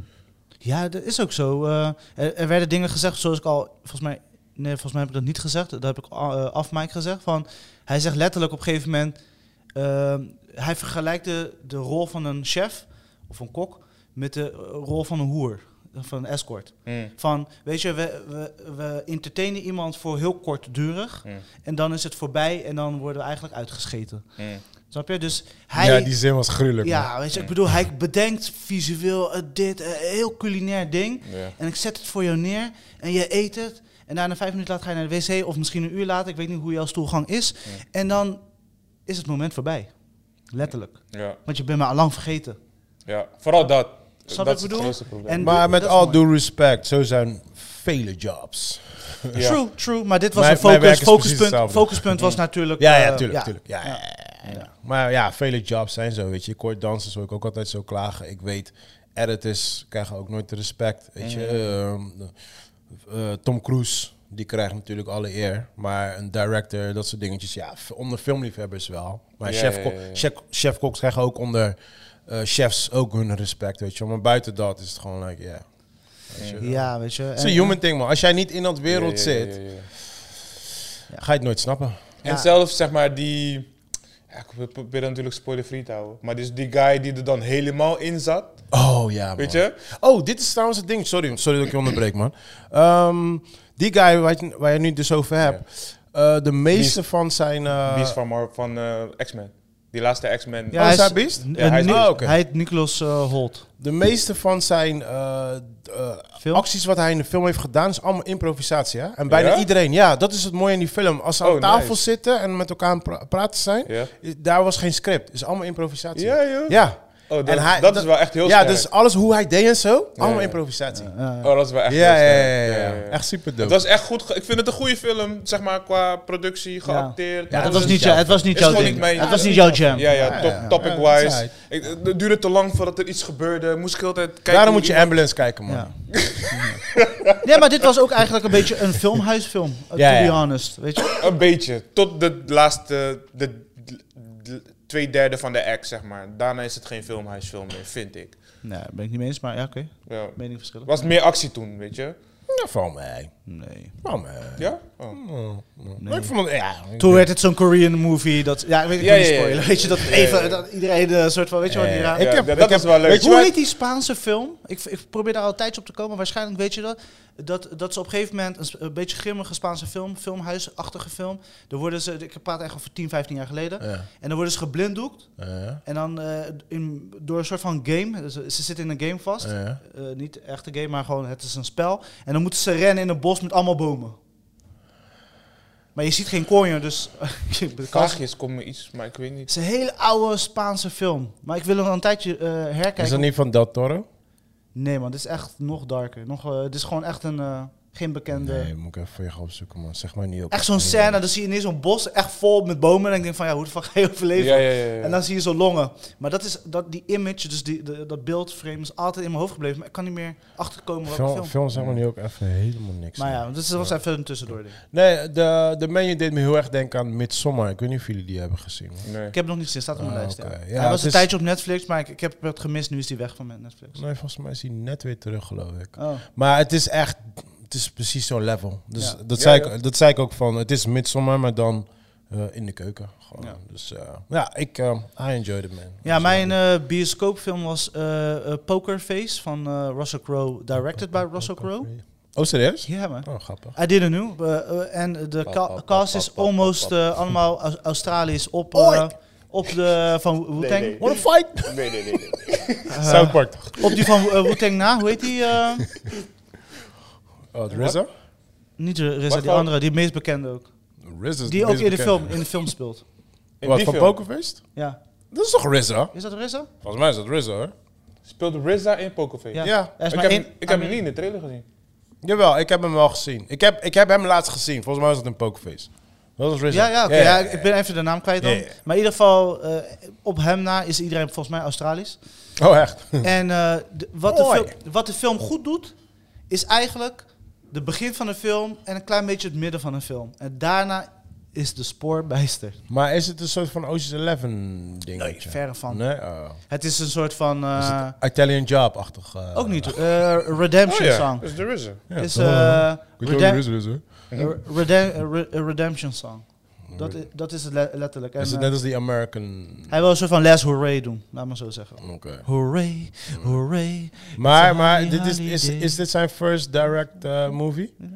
Ja, dat is ook zo. Eh, er, er werden dingen gezegd, zoals ik al, volgens mij, nee, volgens mij heb ik dat niet gezegd. Dat heb ik eh, af Mike gezegd. Van, hij zegt letterlijk op een gegeven moment, ehm, hij vergelijkt de, de rol van een chef of een kok met de eh, rol van een hoer, van een escort.
Mm,
Van, weet je, we, we, we entertainen iemand voor heel kortdurig
Mm.
en dan is het voorbij en dan worden we eigenlijk uitgescheten.
mm,
Snap je? Dus hij...
ja, die zin was gruwelijk. man.
Ja, weet je, ik bedoel, hij bedenkt visueel eh, dit, eh, heel culinair ding.
Ja.
En ik zet het voor jou neer en je eet het. En daarna vijf minuten later ga je naar de wc of misschien een uur later. Ik weet niet hoe jouw stoelgang is. En dan is het moment voorbij. Letterlijk.
Ja,
Want je bent me al lang vergeten.
ja. vooral dat.
Snap
dat
ik
is het
bedoel?
grootste probleem.
En-
Maar met
Dat is
all
mooi.
due respect, zo zijn vele jobs.
Ja.
True, true. Maar dit was
Mijn-
een
mijn werk
focus.
is precies
Focuspunt,
hetzelfde.
focuspunt was natuurlijk...
Ja, ja,
eh,
tuurlijk, tuurlijk. Ja, ja, ja, ja. Maar ja, vele jobs zijn zo, weet je. Ik hoor dansers hoor ik ook altijd zo klagen. Ik weet, editors krijgen ook nooit de respect, weet je.
Mm.
Ehm, eh, Tom Cruise, die krijgt natuurlijk alle eer. Maar een director, dat soort dingetjes, ja, f- onder filmliefhebbers wel. Maar
Ja,
chef,
ja, ja, ja.
chef, chefkoks krijgen ook onder eh, chefs ook hun respect, weet je. wel. Maar buiten dat is het gewoon, like, ja.
Ja, weet je.
Het is
en-
een human thing, man. Als jij niet in dat
Ja, ja,
wereld
ja, ja,
zit,
ja, ja.
ga je het nooit snappen.
Ja.
En zelfs zeg maar die. Ja, ik probeer dat natuurlijk spoiler-free te houden. Maar dus die guy die er dan helemaal in zat.
Oh ja, man.
Weet je?
Oh, dit is trouwens het ding. Sorry, sorry dat ik je onderbreek, man. Ehm, die guy waar je, waar je nu dus over hebt. eh, de meeste van zijn... eh,
Beast van, Mar- van eh, X-Men. Die laatste X-Men.
Ja,
Oh,
hij
is hij
is-
beest?
N-
Ja, hij is
Nic-
beest. Oh, oké.
Hij heet Nicolas eh, Holt.
De meeste van zijn eh, d- eh,
Film?
acties wat hij in de film heeft gedaan, is allemaal improvisatie. Hè? En bijna
Ja?
iedereen, ja, dat is het mooie in die film. Als ze aan
Oh,
tafel
nice.
zitten en met elkaar aan pra- praten zijn,
Ja.
i- daar was geen script. is allemaal improvisatie.
Ja, joh.
Ja.
Oh, dat,
En hij-
dat is wel echt heel
ja,
sterk.
dus alles hoe hij deed en zo, allemaal
ja.
improvisatie.
Eh,
Oh, dat is wel echt
Ja,
heel
ja,
sterk.
ja, ja, ja. Echt super
Het
dope.
was echt goed. ge- Ik vind het een goede film, zeg maar, qua productie, geacteerd.
ja, dat
alles.
was niet jou- het was niet
Is
jouw
gewoon
ding.
niet mijn-
het was niet jouw jam.
Ja, ja,
Ja,
top-
ja, ja. Ja, dat is
topic-wise.
right.
Ik- Het duurde te lang voordat er iets gebeurde. Moest ik heel de tijd kijken.
Daarom
hoe
moet je
iemand-
Ambulance kijken, man.
Ja. nee, maar dit was ook eigenlijk een beetje een filmhuisfilm. eh,
Ja,
to be
ja.
honest. Weet je?
Een beetje. Tot de laatste. De, de- de- twee derde van de act, zeg maar. Daarna is het geen filmhuisfilm meer, vind ik.
Nee, ben ik niet mee eens, maar ja, oké.
Ja.
Meningverschillen.
Was meer actie toen, weet je?
Ja, van mij.
Nee.
Van mij.
Ja? Oh.
Maar ik vond het, ja.
Toen werd het zo'n Korean movie. Dat, ja, ik weet ik
Ja,
wil niet
ja, ja.
spoilen. Weet je, dat even dat iedereen een soort van, weet je wat
Ja,
die
ja.
raar-
Ik
Ja,
heb-
dat
ik
is
heb-
wel leuk.
weet je
Hoe
wat-
heet die Spaanse film? Ik, ik probeer daar al tijds op te komen. Waarschijnlijk weet je dat. Dat, dat ze op een gegeven moment een, sp- een beetje grimmige Spaanse film, filmhuisachtige film. Dan worden ze, ik praat echt over 10, 15 jaar geleden.
Ja.
En dan worden ze geblinddoekt.
Ja.
En dan eh, in, door een soort van game. Ze, ze zitten in een game vast.
Ja.
Eh, niet echt een game, maar gewoon het is een spel. En dan moeten ze rennen in een bos met allemaal bomen. Maar je ziet geen kooien, dus... [LAUGHS] de kans-
Kaagjes komen iets, maar ik weet niet.
het is een hele oude Spaanse film. Maar ik wil hem al een tijdje eh, herkijken.
Is dat niet van Del Toro?
Nee man, dit is echt nog darker. Nog, eh, dit is gewoon echt een... eh, geen bekende...
Nee, moet ik even voor je gaan opzoeken, man. Zeg maar niet op.
Echt zo'n scène, dan zie je ineens zo'n bos echt vol met bomen. En ik denk van, ja, hoe de fuck ga je overleven?
Ja, ja, ja, ja.
En dan zie je zo longen. Maar dat is dat, die image, dus die, de- dat beeldframe is altijd in mijn hoofd gebleven. Maar ik kan niet meer achterkomen welke
Film,
film.
film zeg maar nu ook even helemaal niks.
Maar ja, dus dat was even een tussendoor ding.
Nee, de, de menu deed me heel erg denken aan Midsommar. Ik weet niet of jullie die hebben gezien. man.
Nee.
Ik heb hem nog niet gezien, staat op mijn
Ah,
lijst.
oké.
Ja.
Ja,
Hij was
het
een
is- Nou,
tijdje op Netflix, maar ik, ik heb het gemist. Nu is hij weg van mijn Netflix.
Nee, volgens mij is die net weer terug, geloof ik.
Oh.
Maar het is echt, het is precies zo'n level. Dus
Ja.
dat,
Ja,
zei
ja.
Ik, dat zei ik ook van, het is Midsommar, maar dan eh, in de keuken. Gewoon.
Ja.
Dus eh, ja, ik, eh, I enjoyed it, man.
Ja, mijn eh, bioscoopfilm was eh, eh, Pokerface van eh, Russell Crowe, directed by Russell Crowe.
Oh, serieus?
Ja man.
Oh, grappig.
I didn't know. Eh, eh, En de
Pap,
ca-
pap,
cast
pap,
is
pap, pap,
almost
pap.
eh, allemaal Aus- Australisch op,
Oi.
eh, op de van Wu-Tang.
nee.
What a fight!
Nee, nee, nee. nee.
Eh,
[LAUGHS] South Park toch?
Op die van eh, Wu-Tang na, hoe heet die? eh,
Oh, de RZA?
niet de Reza,
Wat
die
voor-
andere, die meest bekende ook.
RZA is
Die ook
meest
in de,
bekende.
film, in de film speelt.
In
Wat,
die
van
film
Pokerfeest?
Ja.
Dat is toch RZA?
Is dat Reza?
Volgens mij is dat RZA, hoor.
Speelde RZA in Pokerface?
Ja.
Ja.
Er is
Ik
maar
heb,
één-
ik heb hem niet in de trailer gezien.
Oh Jawel, ik heb hem wel gezien. Ik heb, ik heb hem laatst gezien. Volgens mij was het een pokerface. Dat was RZA.
Ja, ja, oké.
Ja, ja,
ja, ik ben even de naam kwijt dan.
Ja, ja.
Maar in ieder geval, eh, op hem na is iedereen volgens mij Australisch.
Oh, echt? [LAUGHS]
En eh, de- wat, de
Mooi.
film, wat de film goed doet, is eigenlijk de begin van de film en een klein beetje het midden van een film. En daarna is de spoor bijster.
Maar is het een soort van Ocean's Eleven dingetje?
Nee, verre van.
Nee? Oh.
Het is een soort van... eh,
Is het Italian Job-achtig? eh?
ook niet, eh,
Oh
Redemption Song.
dat is de RZA.
Oh, Ja,
is
toch?
eh,
[LAUGHS] Ik
Redem-
weet ook niet hoe het is, hoor.
eh, Redem- eh, Re- eh, Redemption Song. Dat, i- dat is het le- letterlijk. En,
Is het
eh,
net als die American...
hij wil een soort van Les Hooray doen, laat maar zo zeggen.
Oké.
Hooray,
Mm.
hooray.
Maar, maar
It's a
dit is, is,
holiday. Mm-hmm.
is dit zijn first direct eh, movie? Is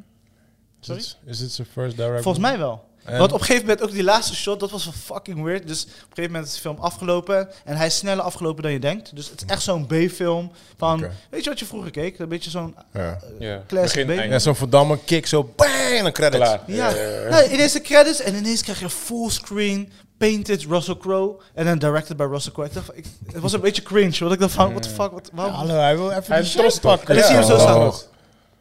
Sorry?
dit- Is dit zijn first direct
Volgens mij wel.
En?
Want op een gegeven moment ook die laatste shot, dat was wel fucking weird. Dus op een gegeven moment is de film afgelopen en hij is sneller afgelopen dan je denkt. Dus het is echt zo'n B-film van,
Oké.
weet je wat je vroeger keek? Een beetje zo'n...
Ja.
Ja.
Classic baby.
Ja, zo'n verdamme kick, zo bang, dan credits.
Klaar.
Ja,
Eh.
Nou, ineens de credits en ineens krijg je fullscreen, painted Russell Crowe en dan directed by Russell Crowe. Ik dacht van, ik- het was een beetje cringe, want ik dacht van, what the fuck, wat,
Ja,
waarom?
hallo, hij wil even
Hij
die
is
shit
trots, toch?
pakken.
En dan zie je hem zo
Ja.
staan.
Oh.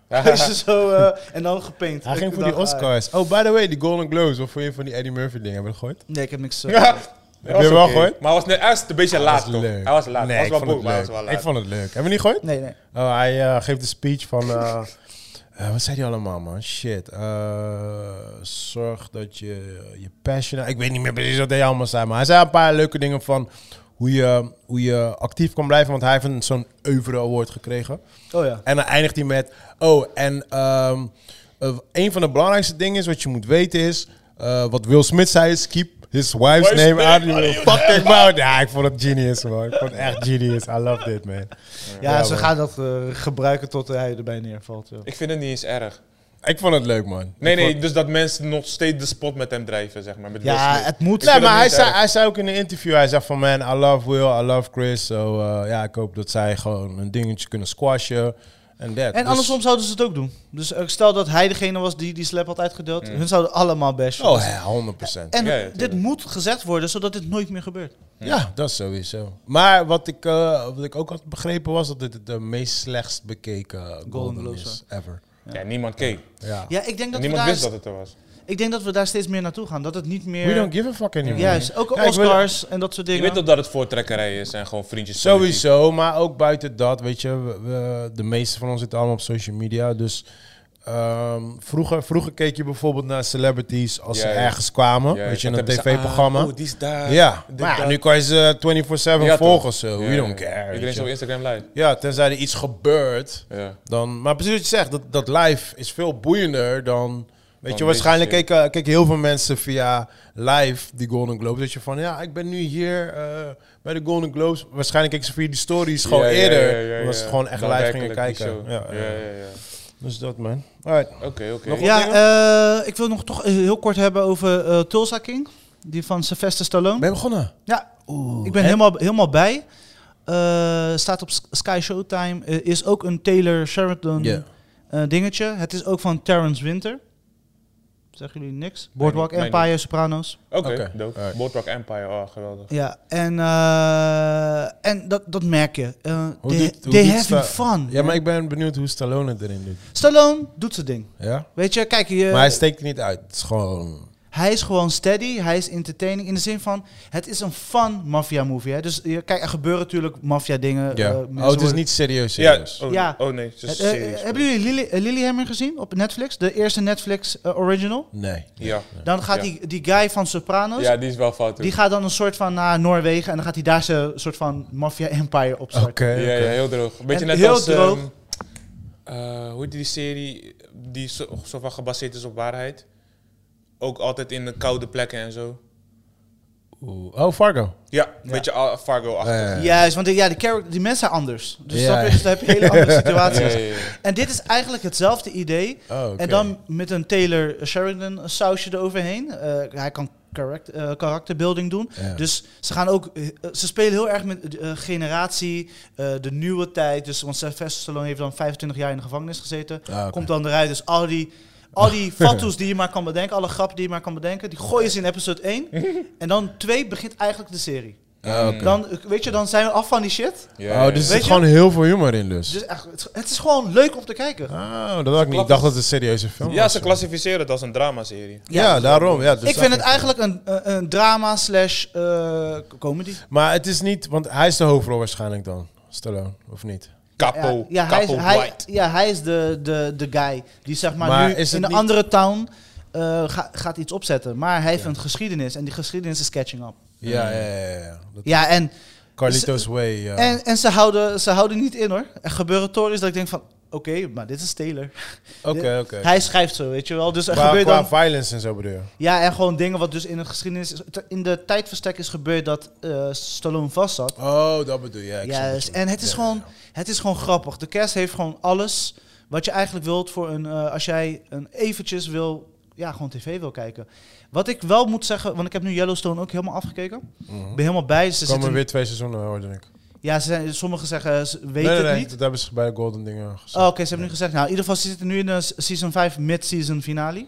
[LAUGHS]
[LAUGHS]
Weet je, zo, eh, en dan gepaint.
Hij
Ik
ging voor
dacht, ah,
die Oscars. Oh, by the way, die Golden Globes. Wat vond je van die Eddie Murphy dingen? Hebben we dat gegooid?
ah, nee, ik heb niks... eh,
Heb je hem wel
hoor.
gegooid?
Maar hij was, net, hij was een beetje
Dat
laat,
was
toch? Hij
leuk.
was laat.
Nee,
hij was
ik
wel
vond
boek,
het
maar hij
leuk.
was wel
Ik
laat.
vond het leuk. Hebben we niet gegooid?
nee, nee.
Oh, hij eh, geeft een speech van... eh, eh, wat zei hij allemaal, man? Shit. eh, zorg dat je je passion... Ik weet niet meer precies wat hij allemaal zei, maar hij zei een paar leuke dingen van... Hoe je, hoe je actief kan blijven, want hij heeft een- zo'n oeuvre award gekregen.
Oh ja.
En dan eindigt hij met... Oh, en ehm, eh, een van de belangrijkste dingen is wat je moet weten is... eh, wat Will Smith zei is keep his wife's
Wife's
name
name
out of your fucking mouth. Ja, ik vond het genius man. Ik vond het echt genius. I love it man.
Ja,
Ja,
ze
man.
gaan dat eh, gebruiken tot hij erbij neervalt. joh.
Ik vind het niet eens erg.
Ik vond het leuk man.
Nee,
Ik vond-
nee, dus dat mensen nog steeds de spot met hem drijven, zeg maar. Met Will
Ja,
Smith.
het moet.
Ik
Nee,
vind
maar
dat
hij
niet
zei,
erg.
hij zei ook in een interview, hij zegt van man, I love Will, I love Chris. So eh, ja, ik hoop dat zij gewoon een dingetje kunnen squashen. En dat. Dus-
Dus-
En andersom zouden ze het ook doen. Dus eh, stel dat hij degene was die die slap had uitgedeeld. Hun zouden allemaal bashen.
Oh ja, 100%.
En
Mm. Ja, ja,
dit moet gezegd worden, zodat dit nooit meer gebeurt.
Ja, dat is sowieso. Maar wat ik, eh, wat ik ook had begrepen was dat dit de meest slechtst bekeken eh, Golden,
Globes,
is ever.
Ja, niemand keek.
Ja.
Ja, ik denk dat, we
niemand
daar,
wist dat het er was.
Ik denk dat we daar steeds meer naartoe gaan. Dat het niet meer...
We don't give a fuck anymore.
Juist, ook
Ja, ik wil-
Oscars en dat soort
Je
dingen.
weet toch dat het voortrekkerij is en gewoon vriendjes.
Sowieso, maar ook buiten dat, weet je, we- we- de meeste van ons zitten allemaal op social media, dus ehm, vroeger, vroeger keek je bijvoorbeeld naar celebrities als
Ja,
ze
ja.
ergens kwamen,
Ja,
weet je, in
dat
een
hebben ze-
tv-programma.
Ah, oh, die is daar.
ja,
Dit,
maar ja,
dat.
nu kan je ze 24/7
Ja, toch.
volgen, zo.
Ja,
we
ja.
don't care. weet
Iedereen is
je.
op Instagram live.
Ja, tenzij er iets gebeurt,
Ja.
Dan, maar precies wat je zegt, dat, dat live is veel boeiender dan... Weet
Dan
je, waarschijnlijk
deze
keken, keken heel veel mensen via live die Golden Globes. Dat je van, ja, ik ben nu hier eh, bij de Golden Globes. Waarschijnlijk keken ze via die stories gewoon
Ja, ja,
eerder.
ja, ja, ja,
Omdat ze
ja.
gewoon echt
Dan
live gingen
werkelijk die
kijken.
show.
Ja, ja.
Ja, ja, ja.
Dus dat, man. Alright.
Oké,
Nog
oké.
wat?
Ja,
dingen?
eh, ik wil nog toch eh, heel kort hebben over eh, Tulsa King. Die van Sylvester Stallone.
Ben je begonnen?
Ja, ik ben helemaal, helemaal bij. Eh, staat op S- Sky Showtime. Eh, is ook een Taylor Sheridan
Ja.
eh, dingetje. Het is ook van Terrence Winter. Zeggen jullie niks? Boardwalk
niet, mij
Empire, Sopranos.
eh, Oké,
Oké,
dope.
alright.
Boardwalk Empire, oh, geweldig.
Ja, en, eh, en dat, dat merk je. Eh, they
doet- hoe
they
doet
having
Sta-
fun.
Ja, maar ik ben benieuwd hoe Stallone het erin doet.
Stallone doet zijn ding.
Ja?
Weet je, kijk, je,
maar hij steekt er niet uit. Het is gewoon...
Hij is gewoon steady, hij is entertaining. In de zin van, het is een fun maffia movie. Hè? Dus je- kijk, er gebeuren natuurlijk maffia dingen.
Ja.
eh, mensen
oh, het is
worden-
niet serieus.
Ja,
serieus.
oh,
Ja.
oh nee,
Eh,
het
eh,
is serieus.
hebben jullie Lily, eh, Lilyhammer gezien op Netflix? De eerste Netflix eh, original?
Nee.
Ja.
Dan gaat
Ja.
die, die guy van Sopranos,
ja, die is wel fout. hoor.
die gaat dan een soort van naar Noorwegen... en dan gaat hij daar zijn soort van maffia empire
Oké.
opstarten.
Ja, ja,
oké.
heel droog. Beetje
En
net
heel
als... ehm,
droog.
eh, hoe heet die serie die zo, zo van gebaseerd is op waarheid? Ook altijd in de koude plekken en zo.
Oeh. Oh, Fargo. Eh.
Ja, een beetje al- Fargo-achtig.
Ja, ja, ja.
Juist, want die- ja, die, character, die mensen zijn anders. Dus,
Ja.
snap je? Dus dan heb je hele andere situaties.
[LAUGHS] Ja, ja, ja.
En dit is eigenlijk hetzelfde idee.
Oh, oké.
En dan met een Taylor Sheridan sausje eroverheen. Eh, hij kan character, eh, karakterbuilding doen.
Ja.
Dus ze gaan ook. eh, ze spelen heel erg met eh, generatie, eh, de nieuwe tijd. Dus want Sylvester Stallone heeft dan 25 jaar in de gevangenis gezeten.
Ah, oké.
Komt dan eruit. Dus al die. Al
[LAUGHS]
die fatsoes die je maar kan bedenken, alle grappen die je maar kan bedenken, die gooien ze in episode
[LAUGHS]
1. en dan 2 begint eigenlijk de serie.
Ah, oké.
Dan, eh, weet je, dan zijn we af van die shit.
Ja,
Oh, dus
ja, ja.
er
Weet
zit
je?
gewoon heel veel humor in dus.
Dus echt, het- het is gewoon leuk om te kijken.
Oh, dat had ik niet. Ik
Klappen.
dacht dat het een serieuze film
Ja,
was.
ze klassificeren het als een dramaserie.
Ja, daarom. Ja, dus
ik vind het eigenlijk een, een- een drama slash eh, comedy.
Maar het is niet... Want hij is de hoofdrol waarschijnlijk dan. Stallone, of niet?
Ja,
Capo,
ja, hij, is,
Capo
hij,
White.
ja, hij is de, de, de guy die zeg maar,
Maar
nu
is het
in een
niet-
andere town eh, ga- gaat iets opzetten. Maar hij heeft een geschiedenis en die geschiedenis is catching up.
Ja, ja, ja. ja, ja. Dat-
Ja, en,
Carlitos Way. ja.
en, en ze, houden, ze houden niet in hoor. Er gebeuren tories dat ik denk van, oké, maar dit is Taylor.
Oké, oké.
Hij schrijft zo, weet je wel. Dus er
Qua,
gebeurt
qua
dan...
violence en zo bedoel je?
Ja, en gewoon dingen wat dus in de geschiedenis... is- In de tijdverstek is gebeurd dat eh, Stallone vast zat.
Oh, dat bedoel je. Ja, ik snap
Juist.
wat je
En het is,
Ja,
gewoon, het is gewoon grappig. De kerst heeft gewoon alles wat je eigenlijk wilt voor een. eh, als jij een eventjes wil. Ja, gewoon tv wil kijken. Wat ik wel moet zeggen, want ik heb nu Yellowstone ook helemaal afgekeken. Ik
bedoelt. Mhm.
ben helemaal bij. Ze
Er komen
zitten,
weer twee seizoenen, hoorde ik.
Ja, ze zijn, sommigen zeggen, ze weten
nee, nee,
het
nee,
niet.
Dat hebben ze bij de Golden Dingen gezegd.
Oh, Oké, ze hebben nu gezegd. Nou, in ieder geval, ze zitten nu in de s- season 5 mid-season finale.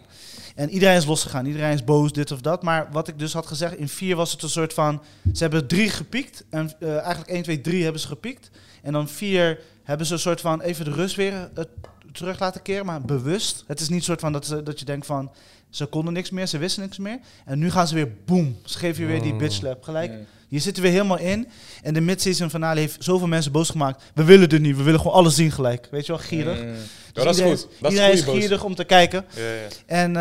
En iedereen is losgegaan. Iedereen is boos, dit of dat. Maar wat ik dus had gezegd, in 4 was het een soort van... Ze hebben drie gepiekt. En eh, eigenlijk 1, 2, 3 hebben ze gepiekt. En dan 4 hebben ze een soort van even de rust weer eh, terug laten keren. Maar bewust. Het is niet soort van dat, ze, dat je denkt van... Ze konden niks meer, ze wisten niks meer. En nu gaan ze weer boom. Ze geven je weer die bitch slap gelijk.
Mm.
Je zit er weer helemaal in. En de mid-season finale heeft zoveel mensen boos gemaakt. We willen dit niet. We willen gewoon alles zien gelijk. Weet je wel, gierig.
Mm.
Dus
Ja, dat is
iedereen
goed. Dat is
iedereen
een
is
goede boodschap.
gierig om te kijken.
Ja, ja.
En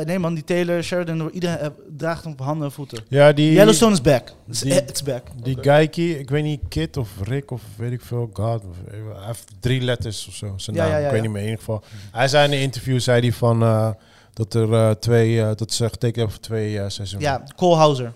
eh, nee man, die Taylor Sheridan, iedereen eh, draagt hem op handen en voeten.
Ja, die...
Yellowstone is back. It's,
die-
it's back.
Die Geikie, ik weet niet, Kit of Rick of weet ik veel, God, of, eh, hij heeft drie letters of zo, zijn
Ja,
naam,
ja, ja,
ik weet
ja.
niet meer in ieder geval. Hij zei in een interview, zei hij van, eh, Dat er eh, twee, eh, dat ze getekend hebben voor twee eh, seizoenen.
Ja, Cole Hauser.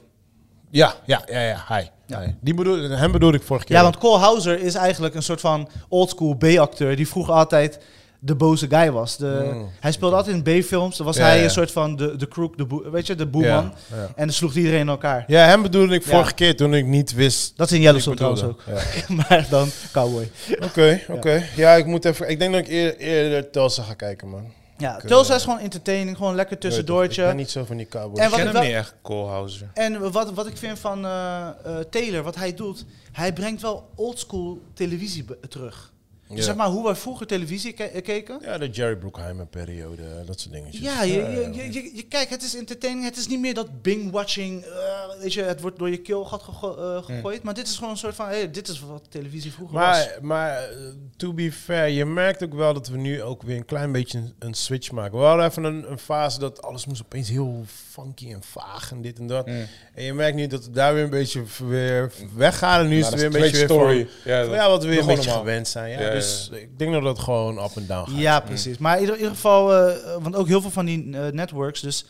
ja, ja, ja, ja, Hij.
Ja.
Hij. Die bedoel, hem bedoelde ik vorige keer.
Ja, want Cole Hauser is eigenlijk een soort van oldschool B-acteur die vroeger altijd de boze guy was. De,
Hmm.
Mm.
hij speelde altijd in B-films. Dan was
Ja,
hij
ja.
een soort van de, de crook, de boe- weet je, de
Ja,
boeman.
ja.
En dan sloeg iedereen in elkaar.
Ja, hem bedoelde ik
Ja.
vorige keer toen ik niet wist.
Dat is in
wie ik
Yellowstone trouwens ook.
bedoelde. Ja.
[LAUGHS] maar dan cowboy.
Oké, oké. Ja, ik moet even. Ik denk dat ik eer- eerder Tulsa ga kijken, man.
Ja,
Ik,
Tulsa
eh,
is gewoon entertaining. Gewoon lekker
Ik
tussendoortje.
ben niet zo van die cowboys.
En
Ik
wat
ken
ik
hem
wel-
niet echt, Koolhauser.
En wat, wat ik vind van eh, eh, Taylor, wat hij doet, hij brengt wel oldschool televisie be- terug. Dus
Ja.
zeg maar hoe wij vroeger televisie ke- eh, keken.
Ja, de Jerry Bruckheimer periode, dat soort dingetjes.
Ja, je, je, je, je- je- kijk, het is entertaining. Het is niet meer dat bing-watching, eh, weet je, het wordt door je keelgat gego- eh, gegooid. Maar dit is gewoon een soort van, hey, dit is wat televisie vroeger was.
Mm. Maar, maar eh, to be fair, je merkt ook wel dat we nu ook weer een klein beetje een, een switch maken. We hadden even een, een fase dat alles moest opeens heel funky en vaag en dit en dat.
Mm.
En je merkt nu dat we daar weer een beetje v- weer weggaan. En nu is
Ja,
het
dat
weer een
is
beetje weer
story.
van-
Ja,
van,
dat-
ja, wat we weer een
gewoon
beetje
normaal.
gewend zijn. Ja.
Ja, ja,
dus ik denk dat dat gewoon up en down gaat.
Ja, precies. Maar in ieder, in ieder geval, eh, want ook heel veel van die eh, networks, dus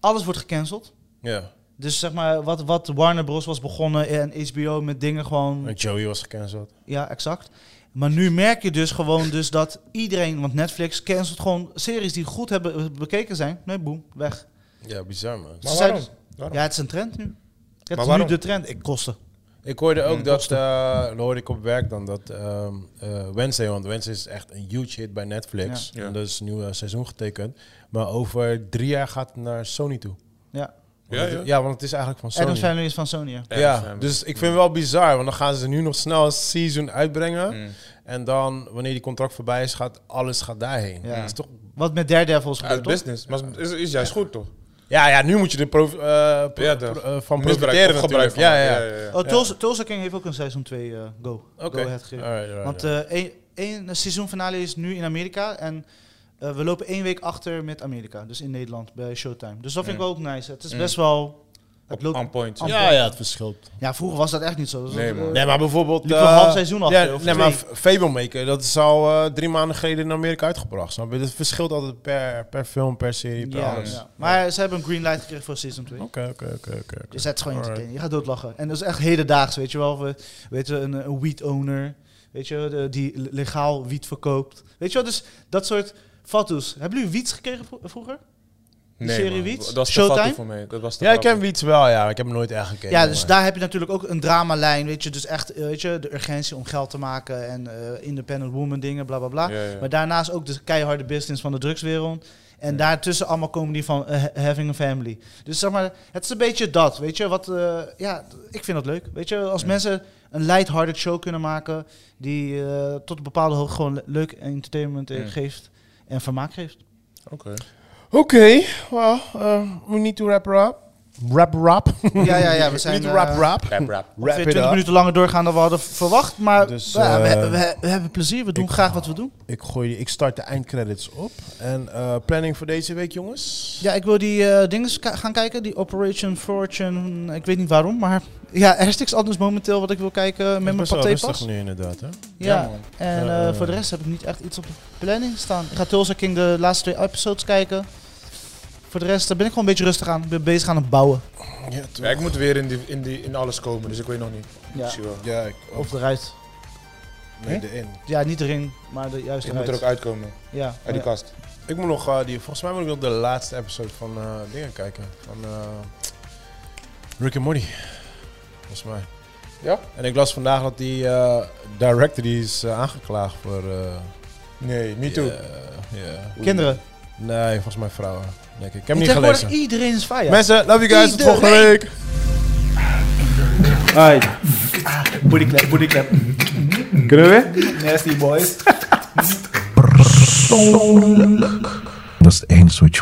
alles wordt gecanceld.
Ja.
Dus zeg maar, wat, wat Warner Bros. was begonnen en HBO met dingen gewoon...
En Joey was gecanceld.
Ja, exact. Maar nu merk je dus gewoon dus dat iedereen, want Netflix cancelt gewoon series die goed hebben eh, bekeken zijn. Nee, boem, weg.
Ja, bizar man.
Maar
Ze
waarom?
zeiden-
Waarom?
Ja, het is een trend nu. Het is nu
waarom?
de trend. Ik kosten.
Ik hoorde ook
Mm,
dat, eh, dat hoorde ik op werk dan, dat ehm, eh, Wednesday, want Wednesday is echt een huge hit bij Netflix.
Ja. Ja.
En dat is een nieuw eh, seizoen getekend. Maar over drie jaar gaat het naar Sony toe.
Ja.
Ja,
Want-
ja.
want het is eigenlijk van
Adam
Sony.
Sandler is van Sony. ja.
Adam
Ja,
Sandler.
dus ik vind het wel bizar, want dan gaan ze nu nog snel een season uitbrengen.
Mm.
En dan, wanneer die contract voorbij is, gaat alles gaat daarheen.
Ja.
Ja. Dat is toch,
Wat met Daredevil is
Ja, het
gebeurd, toch?
business. Maar het is, is juist goed, toch?
ja, ja, nu moet je er prof, eh, pro-
Ja, de-
pro- eh, van
Misbruik of
profiteren
gebruik
natuurlijk.
van
Ja,
maken.
ja, ja.
ja, ja.
Oh, Tulsa, Tulsa King heeft ook een seizoen 2 go.
Oké.
go ahead gegeven.
Alright, alright,
Want
alright.
eh, één één seizoenfinale is nu in Amerika en eh, we lopen één week achter met Amerika. Dus in Nederland bij Showtime. Dus dat vind ik wel ook nice. Het is
Mm.
best wel... Het
Op
loopt-
on point.
on-
ja, ja, het verschilt.
Ja, vroeger was dat echt niet zo. Dat was,
Nee,
eh,
man.
Nee, maar bijvoorbeeld...
Liep een
eh,
half seizoen achter,
Ja,
of
nee, maar
twee.
Fablemaker, dat is al eh, drie maanden geleden in Amerika uitgebracht. Snap je? Dat verschilt altijd per, per film, per serie, per
eh, Ja,
alles.
ja. Maar ze hebben een green light gekregen voor season 2.
Oké, oké, oké, oké, oké.
Dus het is gewoon
Alright.
entertaining. Je gaat doodlachen. En dat is echt hedendaags, weet je wel. We, weet je, een, een wheat owner, weet je, de- die le- legaal wiet verkoopt. Weet je wel, dus dat soort fatsoes. Hebben jullie wiets gekregen vro- vroeger? Die serie
man.
Wiets?
Dat was te
Showtime?
fatty voor mij. Dat was te
Ja, ik
fatty.
ken Wiets wel, ja. Ik heb hem nooit echt gekeken.
ja, dus
maar-
daar heb je natuurlijk ook een dramalijn, weet je. Dus echt, eh, weet je, de urgentie om geld te maken en eh, independent woman dingen, bla bla bla.
Ja, ja.
Maar daarnaast ook de keiharde business van de drugswereld. En daartussen allemaal comedy van eh, ha- Having a Family. Dus zeg maar, het is een beetje dat, weet je. Wat, eh, ja, d- ik vind dat leuk. Weet je, als mensen een lighthearted show kunnen maken... die eh, tot een bepaalde hoogte gewoon le- leuk entertainment eh,
Mm.
geeft en vermaak geeft.
Oké.
Oké, well, eh, we need to wrap her up. Wrap her up.
ja, ja,
[LAUGHS]
ja, we
We
zijn...
need to wrap
eh,
her up.
Rap, rap.
Wrap
ongeveer
it
20
up.
minuten langer doorgaan dan we hadden verwacht. Maar
Dus,
ja, we,
eh,
we- we hebben plezier, we doen
ik-
graag wat we doen.
Ik, gooi, die- ik start de eindcredits op. En eh, planning voor deze week, jongens?
Ja, ik wil die eh, dingen ka- gaan kijken. Die Operation Fortune. Ik weet niet waarom, maar ja, er is niks anders momenteel wat ik wil kijken met mijn
Het is best wel
partijpas.
rustig nu inderdaad, hè?
Ja,
man.
en
Ja, ja,
eh,
ja.
voor de rest heb ik niet echt iets op de planning staan. Ik ga Tulsa King de laatste twee episodes kijken. Voor de rest eh, ben ik gewoon een beetje rustig aan. Ik ben bezig aan het bouwen.
Ja,
Ja, ik moet weer in, die, in, die, in alles komen, dus ik weet nog niet.
Ja.
Zie wel.
Ja, ik...
Of eruit.
Nee, de in.
Ja, niet erin, maar de, juist
Ik
eruit.
moet er ook uitkomen,
Ja,
uit die
ja.
kast.
Ik moet nog, eh, die, volgens mij moet ik nog de laatste episode van eh, dingen kijken. Van eh, Rick and Morty. Volgens mij.
Ja?
En ik las vandaag dat die eh, director die is eh, aangeklaagd voor... eh,
Nee, me
die,
too.
eh, ja.
Kinderen.
Nee, volgens mij vrouwen. Denk ik. ik heb
En
hem niet
tegenwoordig
gelezen.
Iedereen is fire.
Mensen, love you guys. Tot
Iedereen.
volgende week.
Alright. Booty clap, booty clap. Kunnen we weer? Nasty boys.
persoonlijk. Dat is het enige wat